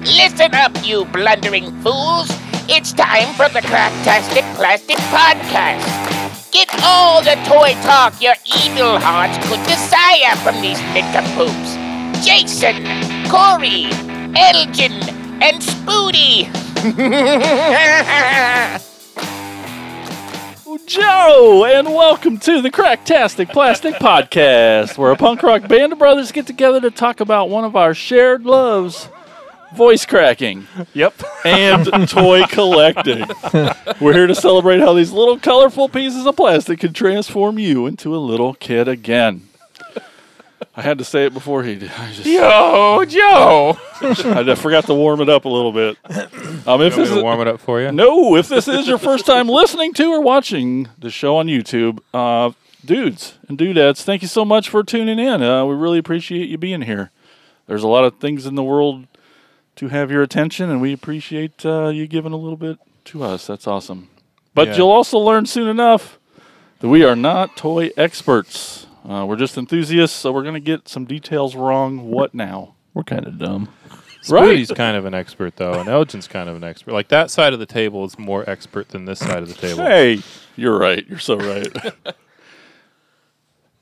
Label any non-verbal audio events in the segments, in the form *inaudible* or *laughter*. Listen up, you blundering fools. It's time for the Cracktastic Plastic Podcast. Get all the toy talk your evil hearts could desire from these nincompoops. Jason, Corey, Elgin, and Spoody. Joe, and welcome to the Cracktastic Plastic Podcast, where a punk rock band of brothers get together to talk about one of our shared loves voice cracking Yep. and toy collecting. We're here to celebrate how these little colorful pieces of plastic can transform you into a little kid again. I had to say it before he did. I just, Yo, Oh, Joe. I forgot to warm it up a little bit. Um, if this is, warm it up for you? No, if this is your first time listening to or watching the show on YouTube, uh, dudes and dudettes, thank you so much for tuning in. Uh, we really appreciate you being here. There's a lot of things in the world to have your attention, and we appreciate uh, you giving a little bit to us. That's awesome. But Yeah. you'll also learn soon enough that we are not toy experts. Uh, we're just enthusiasts, so we're going to get some details wrong. What now? We're kind of dumb. Spoody's kind of an expert, though, and Elgin's kind of an expert. Like, that side of the table is more expert than this side of the table. Hey, you're right. You're so right. *laughs*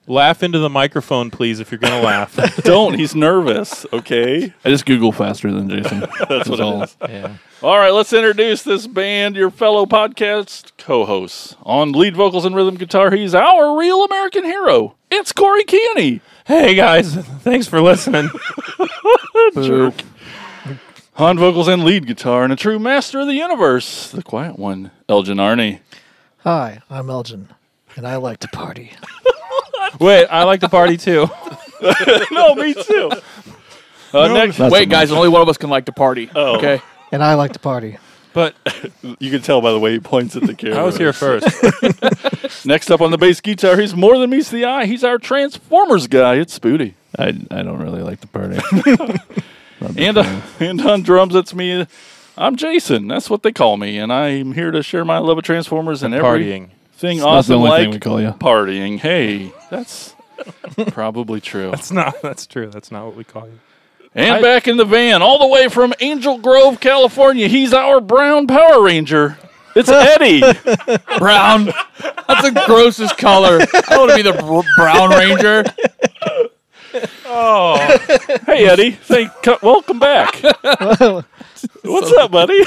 Laugh into the microphone, please, if you're going to laugh. Don't. He's nervous. Okay. I just Google faster *laughs* than Jason. That's what it all. is. All right. Let's introduce this band, your fellow podcast co-hosts on lead vocals and rhythm guitar. He's our real American hero. It's Corey Kearney. *laughs* hey, guys. Thanks for listening. Jerk. On vocals and lead guitar, and a true master of the universe, the quiet one, Elgin Arney. Hi, I'm Elgin, and I like to party. Wait, I like to party, *laughs* too. no, me too. Uh, next, Wait, guys, only one of us can like to party. Uh. Okay. And I like to party. But you can tell by the way he points at the camera. I was here *laughs* first. Next up on the bass guitar, he's more than meets the eye. He's our Transformers guy. It's Spooty. I, I don't really like to party. *laughs* And uh, and on drums, it's me. I'm Jason. That's what they call me, and I'm here to share my love of Transformers and, Partying. everything That's the awesome only like thing we call you. partying. Hey, *laughs* that's probably true. It's not. That's true. That's not what we call you. and I- back in the van, all the way from Angel Grove, California. He's our brown Power Ranger. It's Eddie. *laughs* *laughs* Brown. That's the grossest color. I don't want to be the br- brown ranger. hey, Eddie. Thank. co- welcome *laughs* back. What's up, buddy?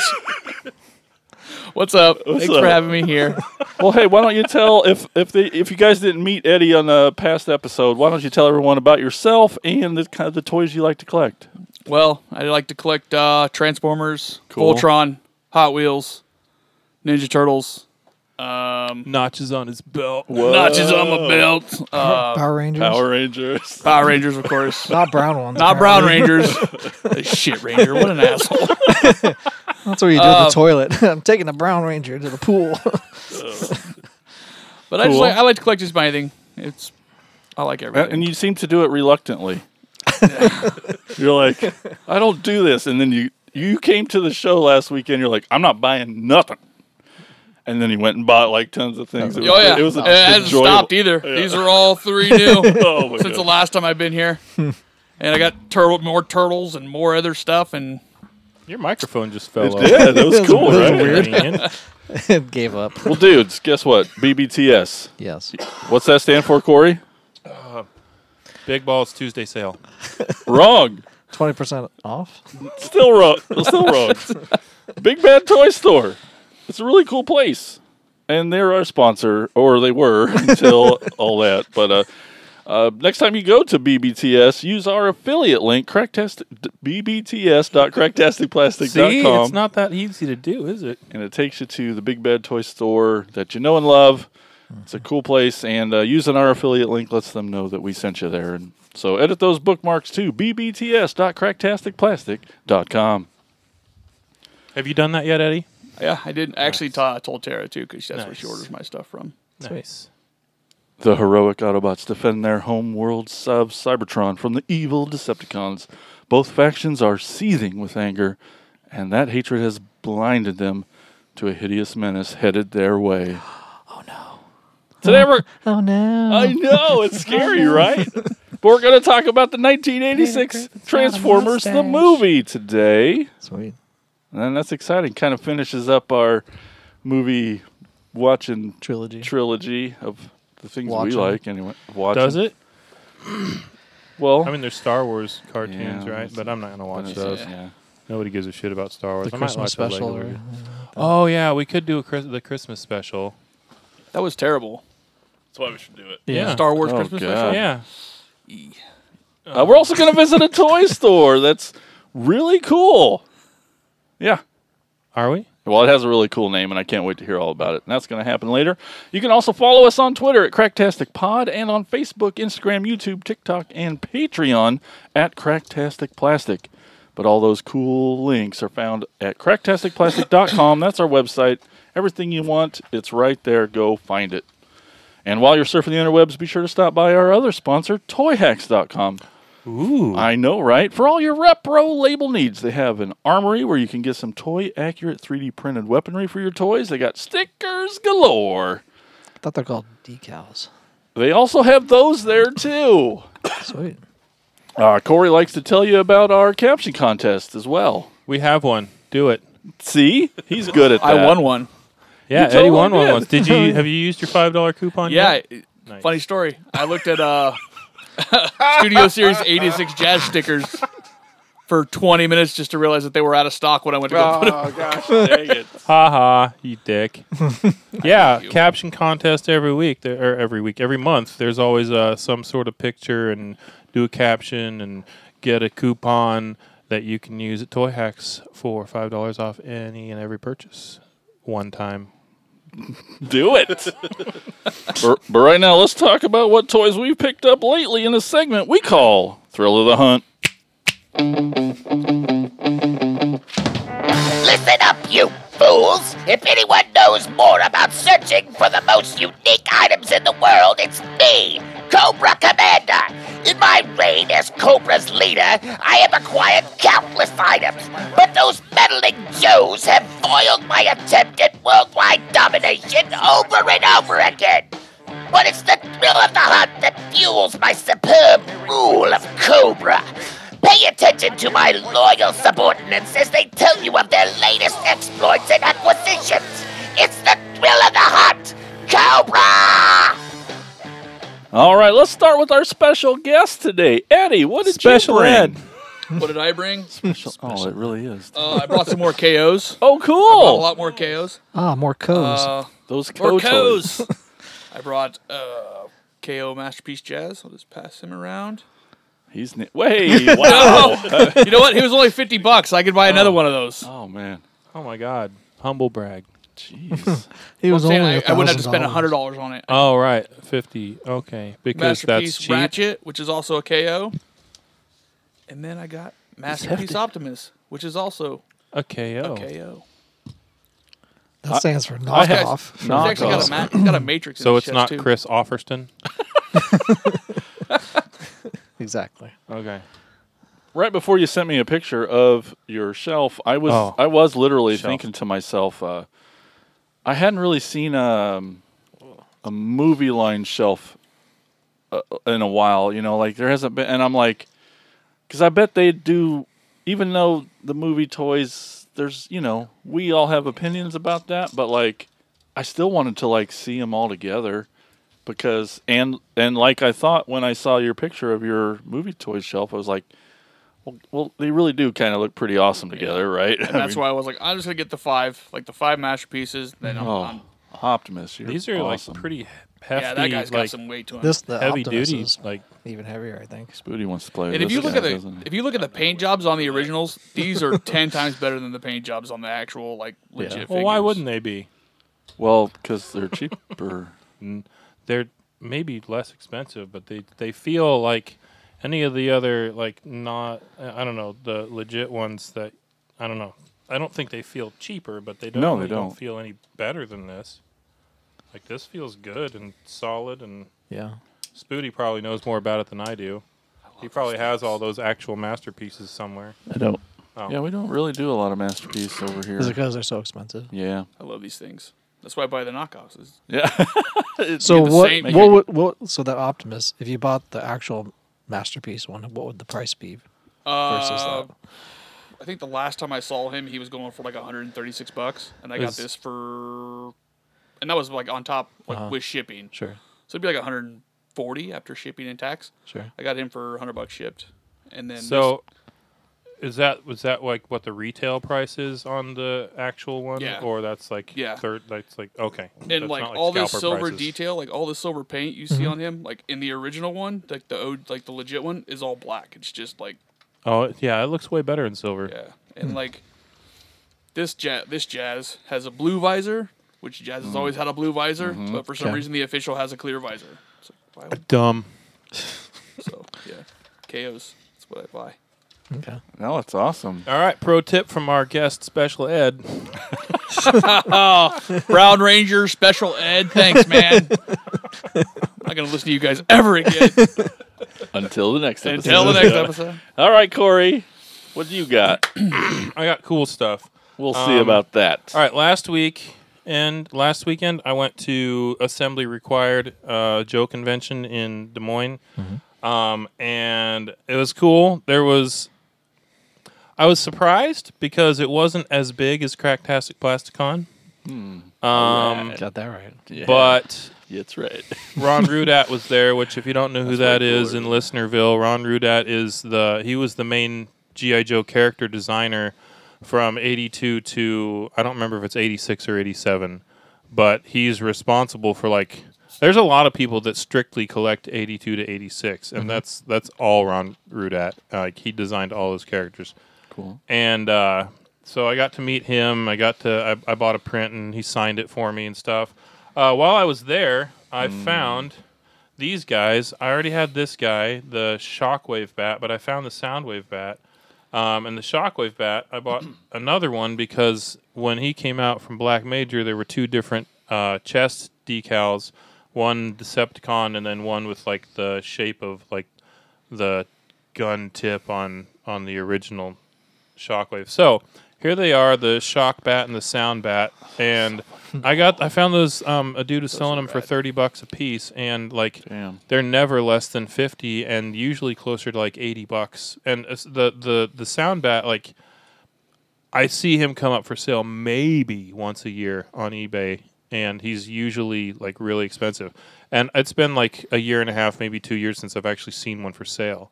What's up? Thanks up? for having me here. Well, hey, why don't you tell if if they if you guys didn't meet Eddie on the past episode, why don't you tell everyone about yourself and the kind of the toys you like to collect? Well, I like to collect uh, Transformers, Cool. Voltron, Hot Wheels, Ninja Turtles, Notches on his belt. notches on my belt, uh, Power Rangers, Power Rangers. Power Rangers, of course. not brown ones. Not Brown apparently. *laughs* Rangers. Shit Ranger. What an asshole. That's what you do in the toilet. *laughs* I'm taking the Brown Ranger to the pool. *laughs* But I just Cool. Uh, like, I like to collect just about anything. It's I like everything. And you seem to do it *laughs* reluctantly. you're like, I don't do this, and then you you came to the show last weekend. You're like, I'm not buying nothing. And then he went and bought like tons of things. It oh yeah, it was it hasn't enjoyable- stopped either. These are all three new *laughs* Oh my *laughs* since the God. last time I've *laughs* been here. and I got turtle, more turtles, and more other stuff. And Your microphone just fell off. yeah, that was It was- cool, it was right? weird. Man. it gave up. Well, dudes, guess what? BBTS. Yes. What's that stand for, Corey? Big Balls Tuesday sale. Wrong. 20% off? Still wrong. Still *laughs* wrong. Big Bad Toy Store. It's a really cool place, and they're our sponsor, or they were *laughs* until all that. But uh, uh, next time you go to BBTS, use our affiliate link, cracktest See, it's bbts.cracktasticplastic.com, not that easy to do, is it? and it takes you to the Big Bad Toy Store that you know and love. It's a cool place, and uh, using our affiliate link lets them know that we sent you there. And so edit those bookmarks to bbts.cracktasticplastic.com. Have you done that yet, Eddie? yeah, I did I actually ta- told Tara too because that's where she Nice. orders my stuff from. Nice. The heroic Autobots defend their home world of Cybertron from the evil Decepticons. Both factions are seething with anger, and that hatred has blinded them to a hideous menace headed their way. Oh no. Today we're Oh, no. *laughs* I know, it's scary, right? We're going to talk about the 1986 Transformers the movie today. Sweet. And that's exciting. Kind of finishes up our movie watching Trilogy. trilogy of the things Watching. we like anyway. Watching. Does it? Well, I mean, there's Star Wars cartoons, Yeah, right? But I'm not gonna watch those. yeah. Nobody gives a shit about Star Wars. the I might Christmas watch a special. regular- Or, Oh yeah, we could do a Chris- the Christmas special. That was terrible. That's why we should do it. Yeah. Star Wars Oh, Christmas God. special. Yeah. Uh, we're also going to visit a toy store that's really cool. Yeah. Are we? Well, it has a really cool name, and I can't wait to hear all about it. And that's going to happen later. You can also follow us on Twitter at Cracktastic Pod and on Facebook, Instagram, YouTube, TikTok, and Patreon at Cracktastic Plastic. But all those cool links are found at cracktasticplastic.com. That's our website. Everything you want, it's right there. Go find it. And while you're surfing the interwebs, be sure to stop by our other sponsor, toyhacks.com. Ooh. I know, right? For all your repro label needs, they have an armory where you can get some toy accurate 3D printed weaponry for your toys. They got stickers galore. I thought they're called decals. They also have those there too. Sweet. Uh, Corey likes to tell you about our caption contest as well. We have one. Do it. See, he's good at that. I won one. Yeah, totally Eddie won one did. once. Did you have you used your five dollar coupon? Yeah. yet? it- Nice. Funny story. I looked at uh, *laughs* Studio Series 86 Jazz stickers for 20 minutes just to realize that they were out of stock when I went to go Ah. put 'em gosh, dang it! Ha ha, you dick. yeah, caption contest every week there, or every week, every month. There's always uh, some sort of picture and do a caption and get a coupon that you can use at Toy Hacks for five dollars off any and every purchase. One time. Do it. but, but right now, let's talk about what toys we've picked up lately in a segment we call Thrill of the Hunt. Listen up, you fools! If anyone knows more about searching for the most unique items in the world, it's me, Cobra Commander. In my reign as Cobra's leader, I have acquired countless items, but those meddling Joes have foiled my attempt at worldwide domination over and over again. But it's the thrill of the hunt that fuels my superb rule of Cobra. Pay attention to my loyal subordinates as they tell you of their latest exploits and acquisitions. It's the thrill of the hunt, Cobra! All right, let's start with our special guest today, Eddie. What did Special you bring? Ed. down. What did *laughs* I bring? Oh, it really is. Uh, I brought some more KOs. Oh, Bought a cool. lot more KOs. Ah, more codes. Uh, Those Or Kotos. Co's. I brought uh, KO Masterpiece Jazz. I'll just pass him around. He's ni- *laughs* way wow. you know what? He was only 50 bucks. I could buy another one of those. oh man, Oh my God. Humble brag. jeez. *laughs* he was I'm saying only. I, I wouldn't have to spend $1,000. $100 on it. Oh right, fifty. Okay, because that's Masterpiece cheap. Ratchet, which is also a KO. And then I got Masterpiece Optimus, which is also A KO. a KO. That stands for I have- knockoff. He's Knock actually got a, off. ma- he's got a Matrix in So his it's chest, not too. Chris Offerston. Exactly. Okay. Right before you sent me a picture of your shelf, I was Oh. I was literally Shelf. thinking to myself, uh, I hadn't really seen um, a movie line shelf uh, in a while. You know, like there hasn't been, and I'm like, because I bet they do. Even though the movie toys, there's you know, we all have opinions about that, but like, I still wanted to like see them all together because and and like I thought when I saw your picture of your movie toy shelf, I was like, well, well they really do kind of look pretty awesome together, right? *laughs* And that's why I was like, I'm just going to get the five, like the five masterpieces. Then I'm, Oh, I'm- Optimus, you're These are awesome. like pretty hefty. yeah, that guy's got like, some weight to him. This the heavy Optimus duty. is Like even heavier, I think. Booty wants to play. And if you look at the if you look at the paint jobs on the originals, these are ten *laughs* times better than the paint jobs on the actual like legit. Well, Well, why figures. wouldn't they be? well, because *laughs* they're cheaper. They're maybe less expensive, but they they feel like any of the other like not I don't know the legit ones that I don't know. I don't think they feel cheaper, but they don't. No, they don't don't. feel any better than this. Like this feels good and solid, and Yeah. Spooty probably knows more about it than I do. He probably has all those actual masterpieces somewhere. I don't. Oh. Yeah, we don't really do a lot of masterpiece over here. Is it because they're so expensive? yeah, I love these things. That's why I buy the knockoffs. It's- yeah. So the what? same- What, would what? So that Optimus, if you bought the actual masterpiece one, what would the price be versus Uh, that? I think the last time I saw him, he was going for like 136 bucks, and I Is- got this for, and that was like on top like with shipping. Sure, So it'd be like 140 after shipping and tax. sure. I got him for 100 bucks shipped, and then So, is that was that like what the retail price is on the actual one, Yeah. or that's like Yeah. third? That's like okay, That's and like, not all this scalper silver prices. detail, like all the silver paint you see on him, like in the original one, like the old, like the legit one, is all black. It's just like Oh it- yeah, it looks way better in silver. yeah, and like this jazz, this jazz has a blue visor, which jazz has always had a blue visor, but for some Okay. reason the official has a clear visor. It's like, why would- Dumb. so yeah, KOs. That's what I buy. Okay. *laughs* No, that's awesome. All right, pro tip from our guest special ed. *clears throat* Brown Ranger Special Ed. Thanks, man. I'm not gonna listen to you guys ever again Until the next episode. until the *laughs* next episode. All right, Corey, what do you got? I got cool stuff. We'll see Um, about that. All right, last week and last weekend I went to Assembly Required uh, Joe Convention in Des Moines, um, and it was cool. There was I was surprised because it wasn't as big as Cracktastic Plasticon, um, Got that right. Yeah, but that's right. Ron Rudat was there, which if you don't know who That's that way is cooler. in Listenerville, Ron Rudat is the he was the main GI Joe character designer from 82 to I don't remember if it's 86 or 87, but he's responsible for like there's a lot of people that strictly collect 82 to 86 Mm-hmm. and that's that's all Ron Rudat. Like he designed all those characters Cool. and uh, so I got to meet him. I got to I, I bought a print and he signed it for me and stuff. Uh, while I was there, I found these guys. I already had this guy, the Shockwave Bat, but I found the Soundwave Bat. Um, and the Shockwave Bat, I bought another one because when he came out from Black Major, there were two different uh, chest decals, one Decepticon and then one with like the shape of like the gun tip on on the original Shockwave. So here they are, the Shock Bat and the Sound Bat, and I got I found those. Um, a dude was selling them for thirty bucks a piece, and like Damn. they're never less than fifty, and usually closer to like eighty bucks. And uh, s- the the the Sound Bat like. I see him come up for sale maybe once a year on eBay, and he's usually like really expensive. And it's been like a year and a half, maybe two years since I've actually seen one for sale.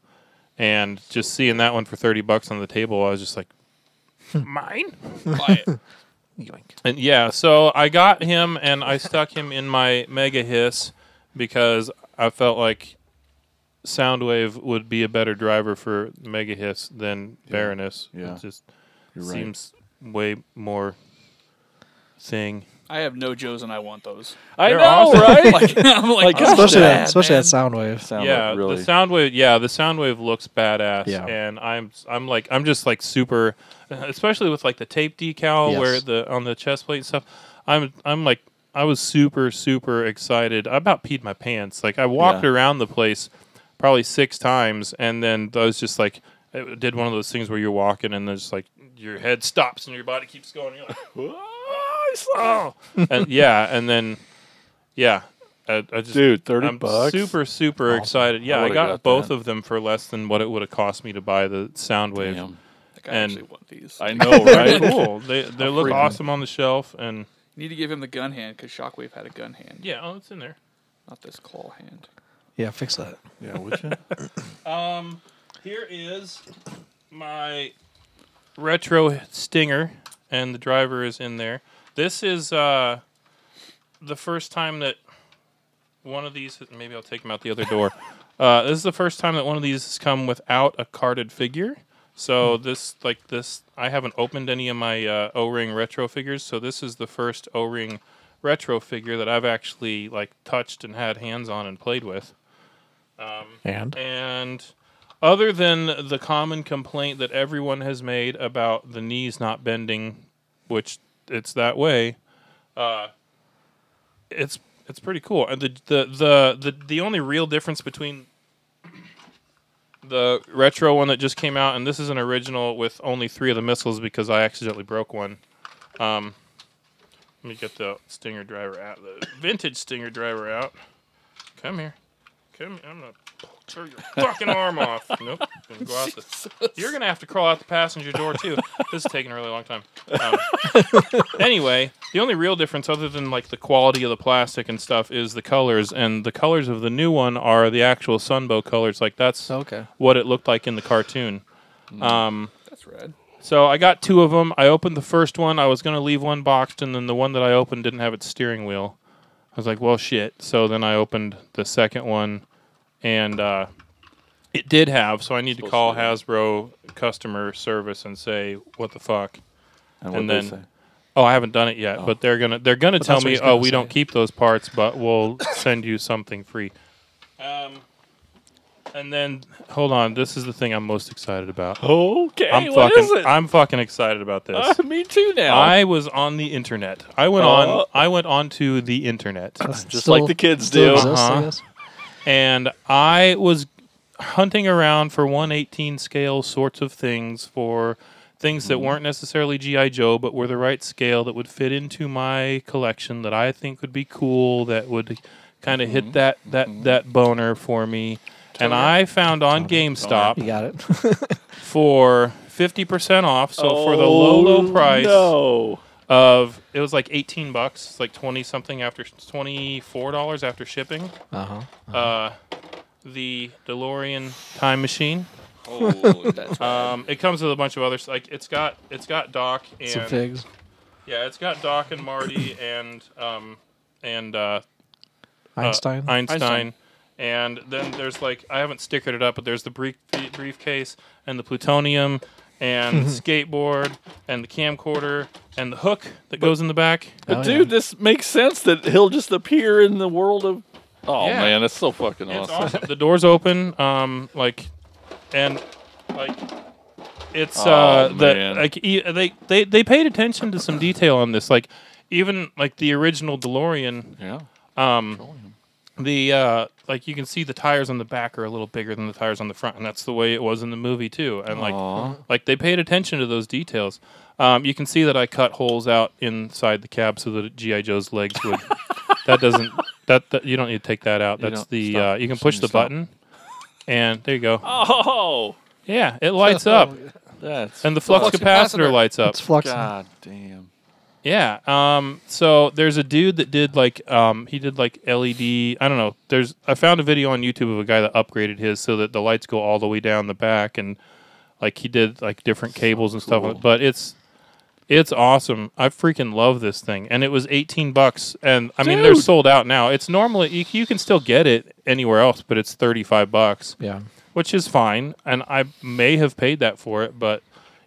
And just seeing that one for thirty bucks on the table, I was just like, mine. Buy it. Yoink. And yeah, so I got him and I stuck him in my mega hiss because I felt like Soundwave would be a better driver for mega hiss than Baroness. yeah. It just You're right. seems way more thing. I have no Joes and I want those. I They're know, awesome. right? *laughs* Like, I'm like, Like, oh, especially man, that, especially man. that sound wave. Sound yeah, like really. the Soundwave. Yeah, the Soundwave looks badass. Yeah. and I'm I'm like I'm just like super, especially with like the tape decal Yes. where the on the chest plate and stuff. I'm I'm like I was super super excited. I about peed my pants. Like I walked Yeah. around the place probably six times, and then I was just like I did one of those things where you're walking and there's like your head stops and your body keeps going. And you're like, "Ah, *laughs* I saw." and yeah, and then yeah. I, I just Dude, 30 I'm bucks? Super, super excited. Yeah, I would've got, got both that. of them for less than what it would have cost me to buy the Soundwave. Damn. Like, I And- actually want these. I know, They're right? cool. They they look freaking- awesome on the shelf, and Need to give him the gun hand because Shockwave had a gun hand. yeah, oh, it's in there. Not this claw hand. Yeah, fix that. yeah, would you? Here is my retro stinger, and the driver is in there. This is uh, the first time that one of these. Maybe I'll take them out the other door. uh, this is the first time that one of these has come without a carded figure. So this, like this, I haven't opened any of my uh, O-ring retro figures. So this is the first O-ring retro figure that I've actually like touched and had hands on and played with. And And other than the common complaint that everyone has made about the knees not bending, which it's that way, uh, it's it's pretty cool. And the, the the the the only real difference between the retro one that just came out and this is an original with only three of the missiles because I accidentally broke one. Um, let me get the stinger driver out, the vintage stinger driver out. Come here, come. I'm not tear your fucking arm off. Nope. Gonna go out the, you're gonna have to crawl out the passenger door too. This is taking a really long time. Um, anyway, the only real difference, other than like the quality of the plastic and stuff, is the colors. And the colors of the new one are the actual Sunbow colors. Like that's Okay. what it looked like in the cartoon. Um, That's rad. so I got two of them. I opened the first one. I was going to leave one boxed, and then the one that I opened didn't have its steering wheel. I was like, well, shit. So then I opened the second one, and uh, it did have. So I need to call Hasbro customer service and say, what the fuck? And, And what'd they then- say? Oh, I haven't done it yet, but they're gonna they're gonna tell that's what me, he's gonna oh, we say. don't keep those parts, but we'll send you something free. Um, and then hold on, this is the thing I'm most excited about. okay, I'm what fucking is *laughs* it? I'm fucking excited about this. Uh, me too now. I was on the internet. I went Oh. on. I went onto the internet, Just like the kids do. Uh-huh. I guess. and I was hunting around for 118 scale sorts of things for things Mm-hmm. that weren't necessarily GI Joe, but were the right scale that would fit into my collection that I think would be cool. That would kind Mm-hmm. of hit that that that boner for me. And I found on GameStop You got it. *laughs* for 50% off, so for the Oh, low low price. No. of it was like 18 bucks it's like 20 something after 24 dollars after shipping uh huh. uh the DeLorean time machine Oh, that's *laughs* um it comes with a bunch of others like it's got it's got Doc Some and figs. yeah it's got Doc and Marty and um and uh uh, Einstein. Einstein. Einstein. And then there's like I haven't stickered it up, but there's the brief, briefcase and the plutonium and the skateboard and the camcorder and the hook that goes in the back. But Oh, dude, yeah. this makes sense that he'll just appear in the world of. Oh Yeah. man, that's so fucking It's awesome. awesome. the doors open. Um, like, and like, it's Oh, uh, the man. like e- they they they paid attention to some detail on this. Like, even like the original DeLorean, Yeah. the uh, like you can see the tires on the back are a little bigger than the tires on the front, and that's the way it was in the movie too. And like, Aw. like they paid attention to those details. Um, you can see that I cut holes out inside the cab so that GI Joe's legs *laughs* would. that doesn't. That, that you don't need to take that out. You That's don't- the. stop. Uh, you can Just push need the to stop. button, and there you go. Oh, Yeah, *laughs* it lights up, that's and the flux Flux capacitor capacitor. lights up. It's flux. God damn. Yeah. Um. So there's a dude that did like um he did like LED. I don't know. There's I found a video on YouTube of a guy that upgraded his so that the lights go all the way down the back and like he did like different cables and stuff. cool. But it's it's awesome. I freaking love this thing. And it was 18 bucks. And I mean they're Dude. sold out now. It's normally you, you can still get it anywhere else, but it's 35 bucks Yeah. which is fine, and I may have paid that for it, but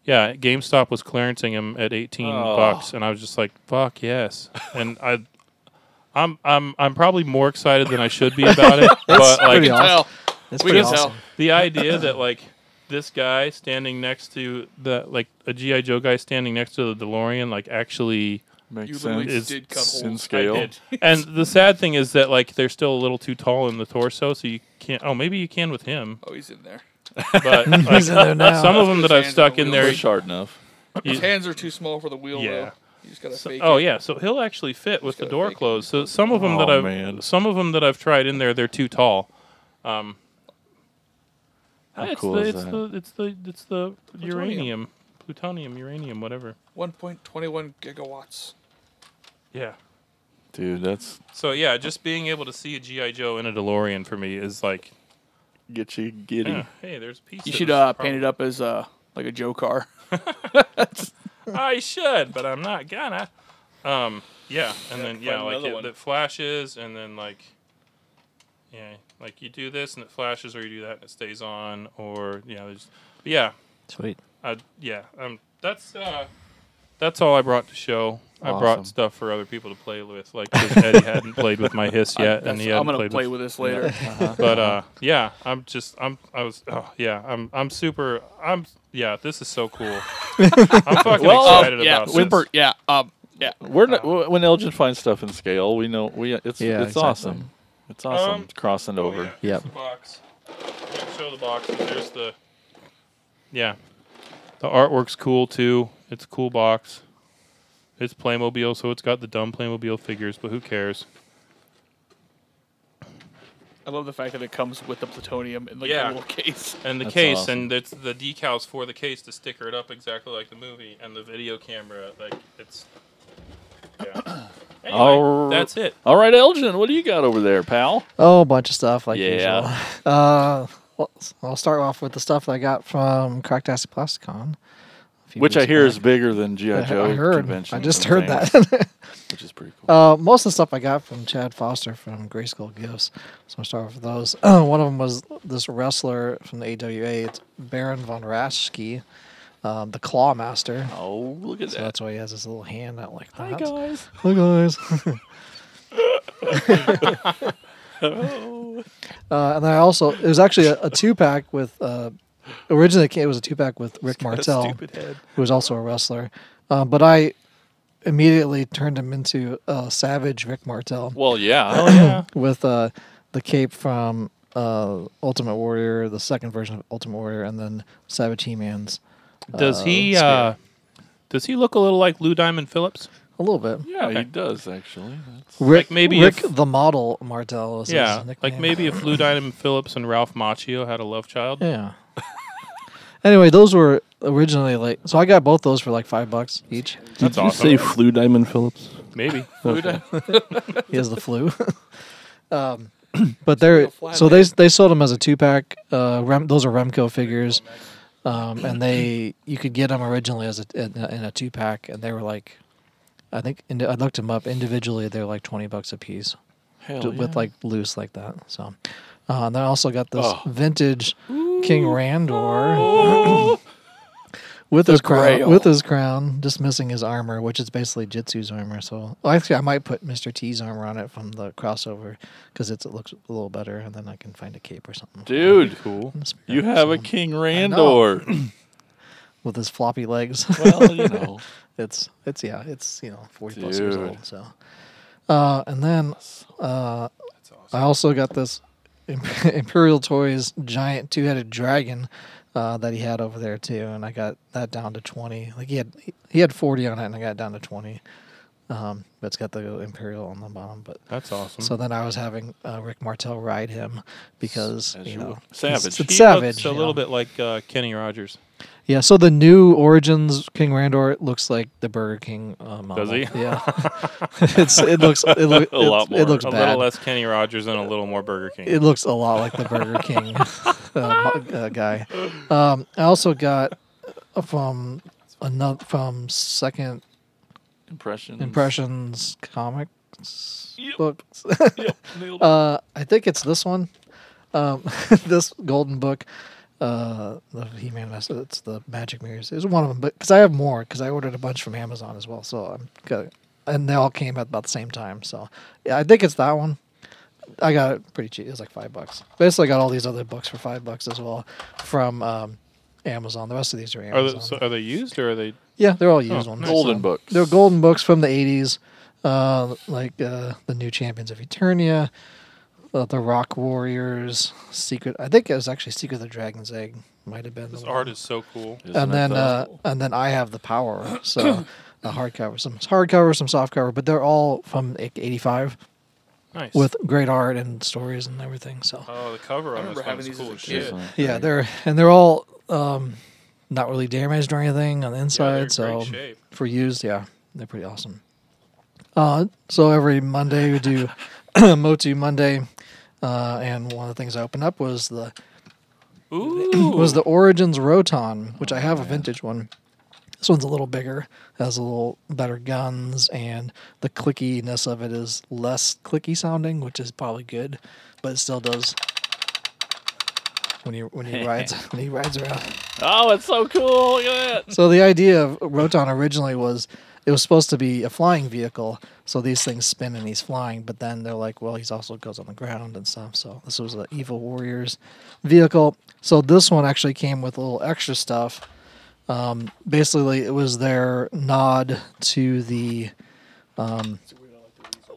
yeah, GameStop was clearancing him at eighteen Oh. bucks, and I was just like, "Fuck yes!" And I, I'm I'm I'm probably more excited than I should be about *laughs* it, but pretty like awesome. Well, That's we pretty can awesome. tell. the idea that like this guy standing next to the like a GI Joe guy standing next to the DeLorean, like actually Makes You sense. literally It's did cut holes. in I scale. did. and the sad thing is that like they're still a little too tall in the torso, so you can't. Oh, maybe you can with him, Oh, he's in there. *laughs* but like, He's in there now. some of them that I've His hands stuck on in the there, Push hard enough. His you- hands are too small for the wheel. Yeah. though. You just gotta So- fake. oh it. yeah, so he'll actually fit with the gotta door fake it. closed. So some of them that Aw, I've Oh, man. some of them that I've tried in there, they're too tall. Um, How it's cool the, is it's that? the it's the it's the Plutonium. uranium, plutonium, uranium, whatever. 1.21 gigawatts. Yeah. Dude, that's So yeah, just being able to see a GI Joe in a DeLorean for me is like, get you giddy. yeah, hey, there's a piece. You that should was uh, probably- paint it up as uh, like a Joe *laughs* car. I should, but I'm not gonna. Um, yeah, and then yeah, like another it, one. it flashes, and then like, yeah, like you do this and it flashes, or you do that and it stays on, or yeah, there's, yeah, Sweet. I, yeah, um, that's uh, that's all I brought to show. I Awesome. brought stuff for other people to play with, like 'cause *laughs* Eddie hadn't played with my hiss yet, That's- and he I'm hadn't gonna played play with. with this later. But uh, yeah, I'm just I'm I was oh yeah I'm I'm super I'm yeah this is so cool. *laughs* I'm fucking Well, uh, excited yeah, about this. Wimpert. *laughs* Yeah, um, yeah. We're not, Um, w- when Elgin finds stuff in scale, we know we it's Yeah, it's exactly. awesome. It's awesome Um, crossing Oh, over. yeah, here's Yep. the box. Yeah, Show the box. There's the. Yeah. The artwork's cool too. It's a cool box. It's Playmobil, so it's got the dumb Playmobil figures, but who cares? I love the fact that it comes with the plutonium in like Yeah. *laughs* a little case. and the That's case, awesome. and it's the decals for the case to sticker it up exactly like the movie, and the video camera, like it's. Yeah. Anyway, All- that's *clears throat* it. All right, Elgin, what do you got over there, pal? Oh, a bunch of stuff like Yeah. usual. *laughs* Uh, well, I'll start off with the stuff that I got from Cracktastic Plasticon. a *laughs* few Which I weeks hear back. is bigger than GI I, Joe I heard. convention. I just heard that. *laughs* which is pretty cool. Uh, most of the stuff I got from Chad Foster from Grayskull Gifts. So I'm gonna start off with those. *clears throat* one of them was this wrestler from the AWA. It's Baron von Raschke, um, the Claw Master. oh, look at So that! that's why he has his little hand out like Hi that. *laughs* guys. Hi guys. uh, and then I also it was actually a, a two pack with uh, originally it was a two pack with Rick Martel, Stupid head. who was also a wrestler, uh, but I immediately turned him into a savage Rick Martel Well, yeah. *laughs* Oh yeah. with uh, the cape from uh, Ultimate Warrior, the second version of Ultimate Warrior, and then Savage He Man's Does Oh, he? Uh, does he look a little like Lou Diamond Phillips? a little bit. yeah, he does actually. That's, Rick, maybe Rick if- the model Martel is yeah, his nickname. like maybe if Lou Diamond Phillips and Ralph Macchio had a love child. Yeah. anyway, those were originally like so I got both those for like five bucks each. *laughs* That's awesome. flew Diamond Phillips? Maybe. He has the flu. *laughs* um, *clears throat* but they're fly so they they sold them as a two pack. Uh, Rem, those are Remco figures, um, and they you could get them originally as a in a, in a two pack, and they were like, I think indi- I looked them up individually. They're like twenty bucks a piece. d- with like loose like that. So, uh, and then I also got this Oh. vintage King Randor Oh, *laughs* with his Grail. crown, with his crown, just missing his armor, which is basically Jitsu's armor. So, well, actually, I might put Mister T's armor on it from the crossover because it's it looks a little better, and then I can find a cape or something. dude. Cool. You have a King Randor. with his floppy legs. well, you *laughs* know, It's it's yeah, it's you know forty plus years Dude. old. So, uh, and then uh, I also got this Im- *laughs* Imperial Toys giant two headed dragon uh, that he had over there too, and I got that down to twenty. Like he had he had forty on it, and I got it down to twenty. Um, but it's got the Imperial on the bottom. But That's awesome. *laughs* so then I was having uh, Rick Martel ride him because As you you know would. it's- Savage. It's, he savage. looks a you little know. bit like uh, Kenny Rogers. Yeah, so the new Origins King Randor looks like the Burger King uh, model. he? Yeah. *laughs* it's it looks it looks A lot more. It looks A bad. little less Kenny Rogers and a little more Burger King. It looks a lot like the Burger King *laughs* uh, mo- uh, guy. Um, I also got uh, from another from Second impression. Impressions comics Yep. books. *laughs* Nailed it. Uh, I think it's this one, um, *laughs* this golden book, uh, the He-Man. Mess- It's the Magic Mirrors. It's one of them, but because I have more, because I ordered a bunch from Amazon as well. So I'm good, and they all came at about the same time. So yeah, I think it's that one. I got it pretty cheap. It was like five bucks. Basically, I got all these other books for five bucks as well from um, Amazon. The rest of these are are, Amazon. they, so are they used or are they? Yeah, they're all used ones. Golden books. They're golden books from the '80s, uh, like uh, the New Champions of Eternia, uh, the Rock Warriors, Secret. I think it was actually Secret of the Dragon's Egg. Might have been. This the art is so cool. Isn't and it then though? uh, and then I have the power. So a hardcover, some hardcover, some softcover, but they're all from like, '85 Nice. with great art and stories and everything. So oh, the cover on remember this having one's these cool as a as shit. kid. yeah, they're and they're all um, not really damaged or anything on the Yeah, they're inside. in so great shape. for used, yeah, they're pretty awesome. Uh, so every Monday *laughs* we do *coughs* Motu Monday, uh, and one of the things I opened up was the Ooh, *coughs* Oh, was the Origins Roton, which I have a vintage one. This one's a little bigger, has a little better guns, and the clickiness of it is less clicky sounding, which is probably good, but it still does when he when he *laughs* rides when he rides around. oh, it's so cool. Look at that. So the idea of Roton originally was it was supposed to be a flying vehicle, so these things spin and he's flying. But then they're like, well, he's also goes on the ground and stuff. So this was an Evil Warriors vehicle. So this one actually came with a little extra stuff. Um, basically, it was their nod to the um,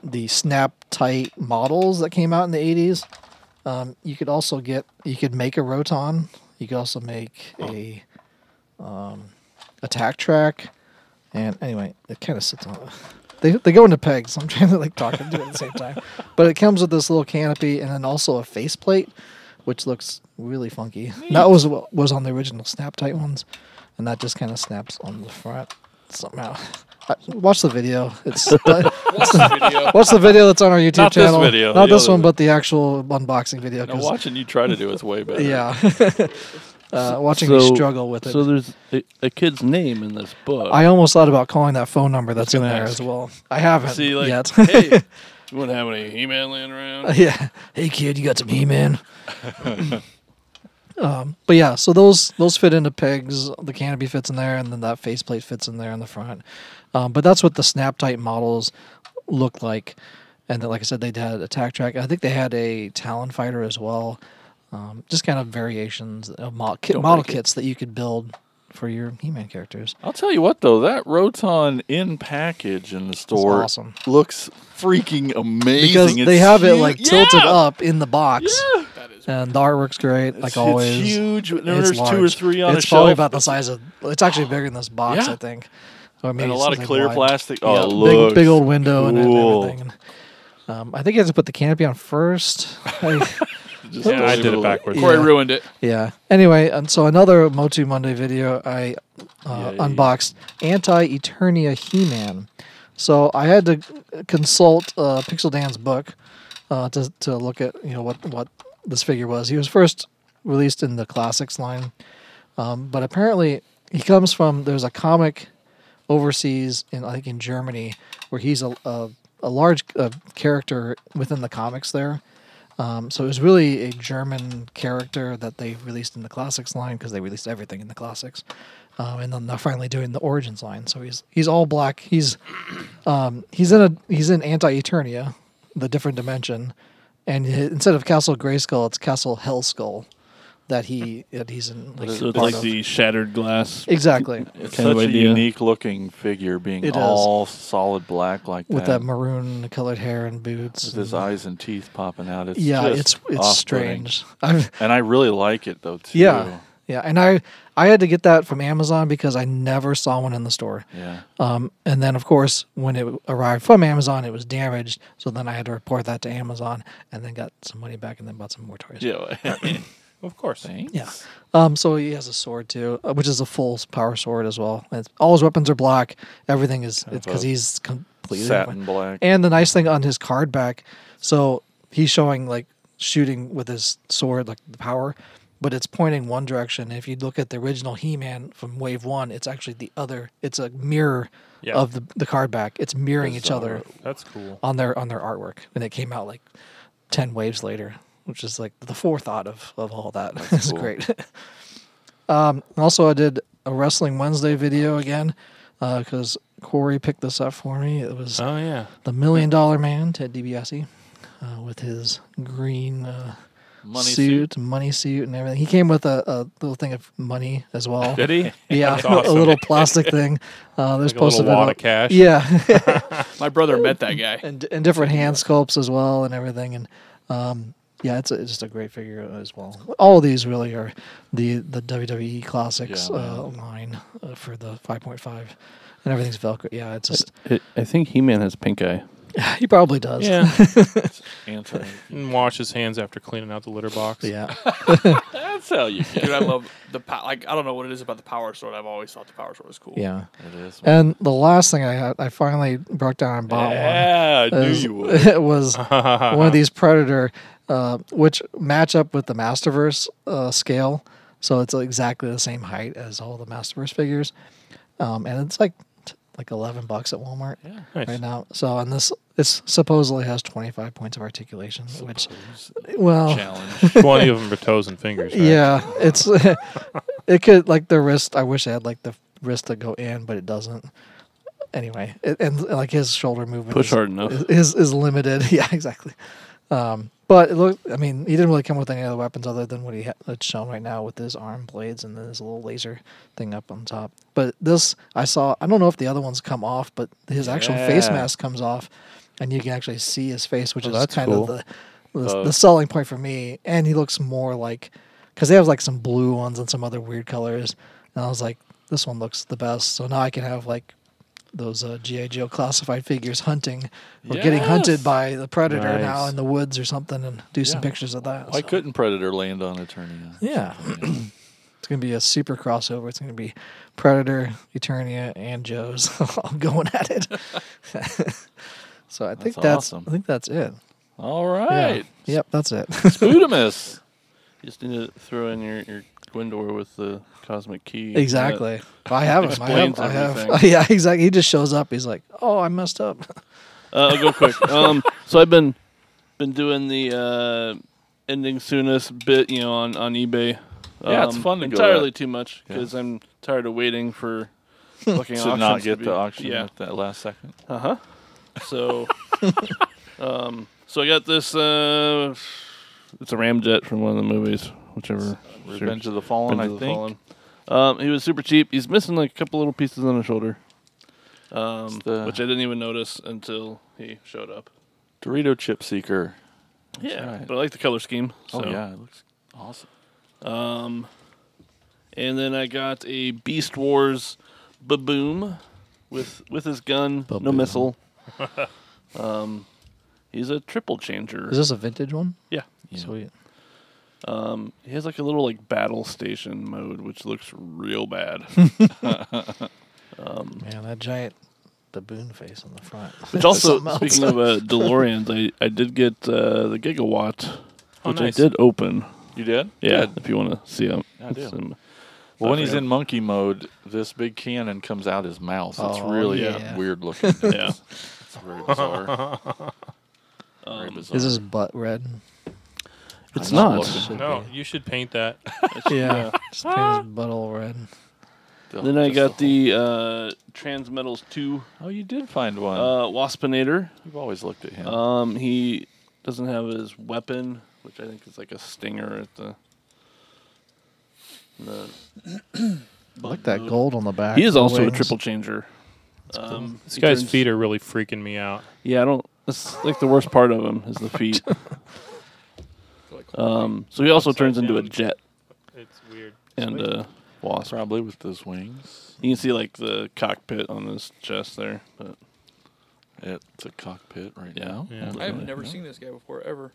the snap tight models that came out in the eighties. Um, you could also get you could make a Roton. You could also make a attack track. And anyway, it kind of sits on. They, they go into pegs. so I'm trying to like talk and do it at the same time. *laughs* But it comes with this little canopy and then also a faceplate, which looks really funky. That was what was on the original Snaptight ones, and that just kind of snaps on the front somehow. *laughs* I- Watch the video. *laughs* It's *laughs* video. *laughs* watch the video that's on our YouTube Not this channel. video, Not the this other one, one. but the actual unboxing video. Now 'cause- watching you try to do it's way better. yeah, *laughs* uh, watching me struggle with it. So there's a, a kid's name in this book. I almost thought about calling that phone number that's in gonna there ask. as well. I haven't See, like, yet. Uh, hey, *laughs* do you want to have any He-Man laying around? yeah. Hey kid, you got *laughs* some He-Man. um, but yeah, so those those fit into pegs. The canopy fits in there, and then that faceplate fits in there in the front. Um, but that's what the Snaptight models look like. And then, like I said, they had attack track. I think they had a Talon fighter as well. Um, just kind of variations of mo- kit, model kits that you could build for your He-Man characters. I'll tell you what though, that Roton in package in the store awesome. looks freaking amazing. because It's they have it hu- like Yeah! tilted up in the box, Yeah. and the artwork's great, It's- like always. it's huge. and It's There's two or large. three on It's a probably shelf, about the size of. It's actually bigger than this box, Yeah. I think. Or and maybe a lot of something clear wide. plastic. Yeah, Oh, big, big looks old window and cool. everything. Um, I think you have to put the canopy on first. *laughs* Like, Just Yeah, I a did it little- backwards. Corey Yeah. ruined it. yeah. Anyway, and so another Motu Monday video I uh, Yay. unboxed Anti Eternia He Man. So I had to consult uh, Pixel Dan's book uh, to to look at you know what what this figure was. He was first released in the classics line, um, but apparently he comes from there's a comic overseas in I think in Germany where he's a a, a large uh, character within the comics there. Um, so it was really a German character that they released in the classics line because they released everything in the classics, um, and then they're finally doing the origins line. So he's he's all black. He's um, he's in a he's in Anti Eternia, the different dimension, and hi- instead of Castle Grayskull, it's Castle Hellskull that he that he's in. Like, so it's part like of. the shattered glass. exactly It's such kind of a idea. unique looking figure, being It is. all solid black like with that. that maroon colored hair and boots. with his and- eyes and teeth popping out. It's yeah, just it's it's off-putting. strange. I've, and I really like it though too. yeah, yeah, and I I had to get that from Amazon because I never saw one in the store. yeah. Um, and then of course when it arrived from Amazon, it was damaged. So then I had to report that to Amazon, and then got some money back, and then bought some more toys. Yeah. *clears throat* Of course. Yeah. Um, so he has a sword too, uh, which is a full s- power sword as well. And it's- all his weapons are black. Everything is it's because a he's completely Satin black. And the nice thing on his card back, so he's showing like shooting with his sword, like the power, but it's pointing one direction. If you look at the original He-Man from Wave One, it's actually the other. It's a mirror Yeah. of the, the card back. It's mirroring each other That's cool. on their on their artwork, and it came out like ten waves later, which is like the forethought of of all that. *laughs* it's cool. great. um, and also, I did a Wrestling Wednesday video again because Corey picked this up for me. It was Oh yeah. the Million Dollar Man, Ted DiBiase, uh, with his green. Uh, Money suit, money suit, and everything. He came with a, a little thing of money as well. Did he? *laughs* yeah, *laughs* That's a awesome. little plastic thing. Uh, there's Like a little posted it wad up. of cash. Yeah, *laughs* *laughs* My brother met that guy. and and different hand sculpts as well and everything and um yeah it's, a, it's just a great figure as well all of these really are the the wwe classics Yeah, uh, line uh, for the 5.5 and everything's velcro yeah it's just It, I think He-Man has pink eye. he probably does *laughs* Yeah. Anti. and wash his hands after cleaning out the litter box. *laughs* yeah That's how you get Dude, I love the pow- like. I don't know what it is about the power sword. I've always thought the power sword was cool. yeah it is. and the last thing i had i finally broke down and bought one Yeah, I knew is- you *laughs* would. *laughs* it was one of these predator uh, which match up with the masterverse uh, scale so it's exactly the same height as all the masterverse figures um, and it's like like 11 bucks at walmart Nice. right now so and this this supposedly has 25 points of articulation which well Challenge. Twenty of them are toes and fingers. Right? yeah it's *laughs* it could like the wrist i wish i had like the wrist to go in but it doesn't anyway it, and like his shoulder movement Push is- hard enough. is- is is limited. *laughs* Yeah, exactly. Um, but it looked. I mean, he didn't really come with any other weapons other than what he ha- had shown right now with his arm blades and then his little laser thing up on top. But this, I saw. I don't know if the other ones come off, but his actual face Yeah. mask comes off, and you can actually see his face, which is Oh, that's kind cool. Uh, of the the, the selling point for me. And he looks more like because they have like some blue ones and some other weird colors, and I was like, this one looks the best. So now I can have like those uh, GI Joe classified figures hunting or getting hunted Yes. by the predator now Nice. in the woods or something, and do some pictures of that. Why so. couldn't Predator land on Eternia? Yeah. *clears throat* it's going to be a super crossover. It's going to be Predator, Eternia, and Joe's *laughs* all going at it. *laughs* so I That's think that's, awesome. I think that's it. All Yeah. right. Yep, that's it. *laughs* Budamus. Just need to throw in your, your Gwendor with the cosmic key. *laughs* exactly. I have him. I have, explains I have. everything. *laughs* Yeah, exactly. He just shows up. He's like, "Oh, I messed up." Uh, I'll go quick. Um, so I've been been doing the uh, ending soonest bit, you know, on on eBay. Yeah, it's Um, fun to go entirely at. too much because I'm tired of waiting for fucking To auctions not to get be- the auction Yeah, at that last second. *laughs* So, um, so I got this. Uh, it's a ramjet from one of the movies, whichever. Revenge of the Fallen, Revenge I of the think. Fallen. Um, he was super cheap. He's missing like a couple little pieces on his shoulder, um, It's the- which I didn't even notice until he showed up. Dorito Chip Seeker. yeah, right. but I like the color scheme. So. Oh yeah, it looks awesome. Um, and then I got a Beast Wars Baboom with with his gun, no Baboom. *laughs* missile. um, he's a triple changer. Is this a vintage one? yeah. Sweet. Um, he has like a little like battle station mode, which looks real bad. Man, that giant baboon face on the front. Which also, Something else. speaking *laughs* of uh, DeLoreans, I, I did get uh, the Gigawatt, Oh, which nice. I did open. You did? Yeah, if you want to see him. I do. It's in- Well, when he's Yeah. in monkey mode, this big cannon comes out his mouth. It's Oh, really yeah. weird looking. yeah. It's very bizarre. very bizarre. is his butt red? It's I'm not not. looking. No, you should paint that. Yeah, just paint his butt all red. Then I Just got whole- the uh, Transmetals 2 Oh, you did find one. uh, Waspinator. You've always looked at him. Um, he doesn't have his weapon, which I think is like a stinger at the. the I like that gold on the back. he is the also a wings. triple changer. Um, This guy's feet are really freaking me out. Yeah, I don't. That's like the worst part of him is *laughs* the feet. um, so he also Upside turns into a down. jet It's weird. and uh, wasp. Probably with those wings. You can see like the cockpit on his chest there, but It's a cockpit right Yeah. now. Yeah. I have never seen this guy before ever.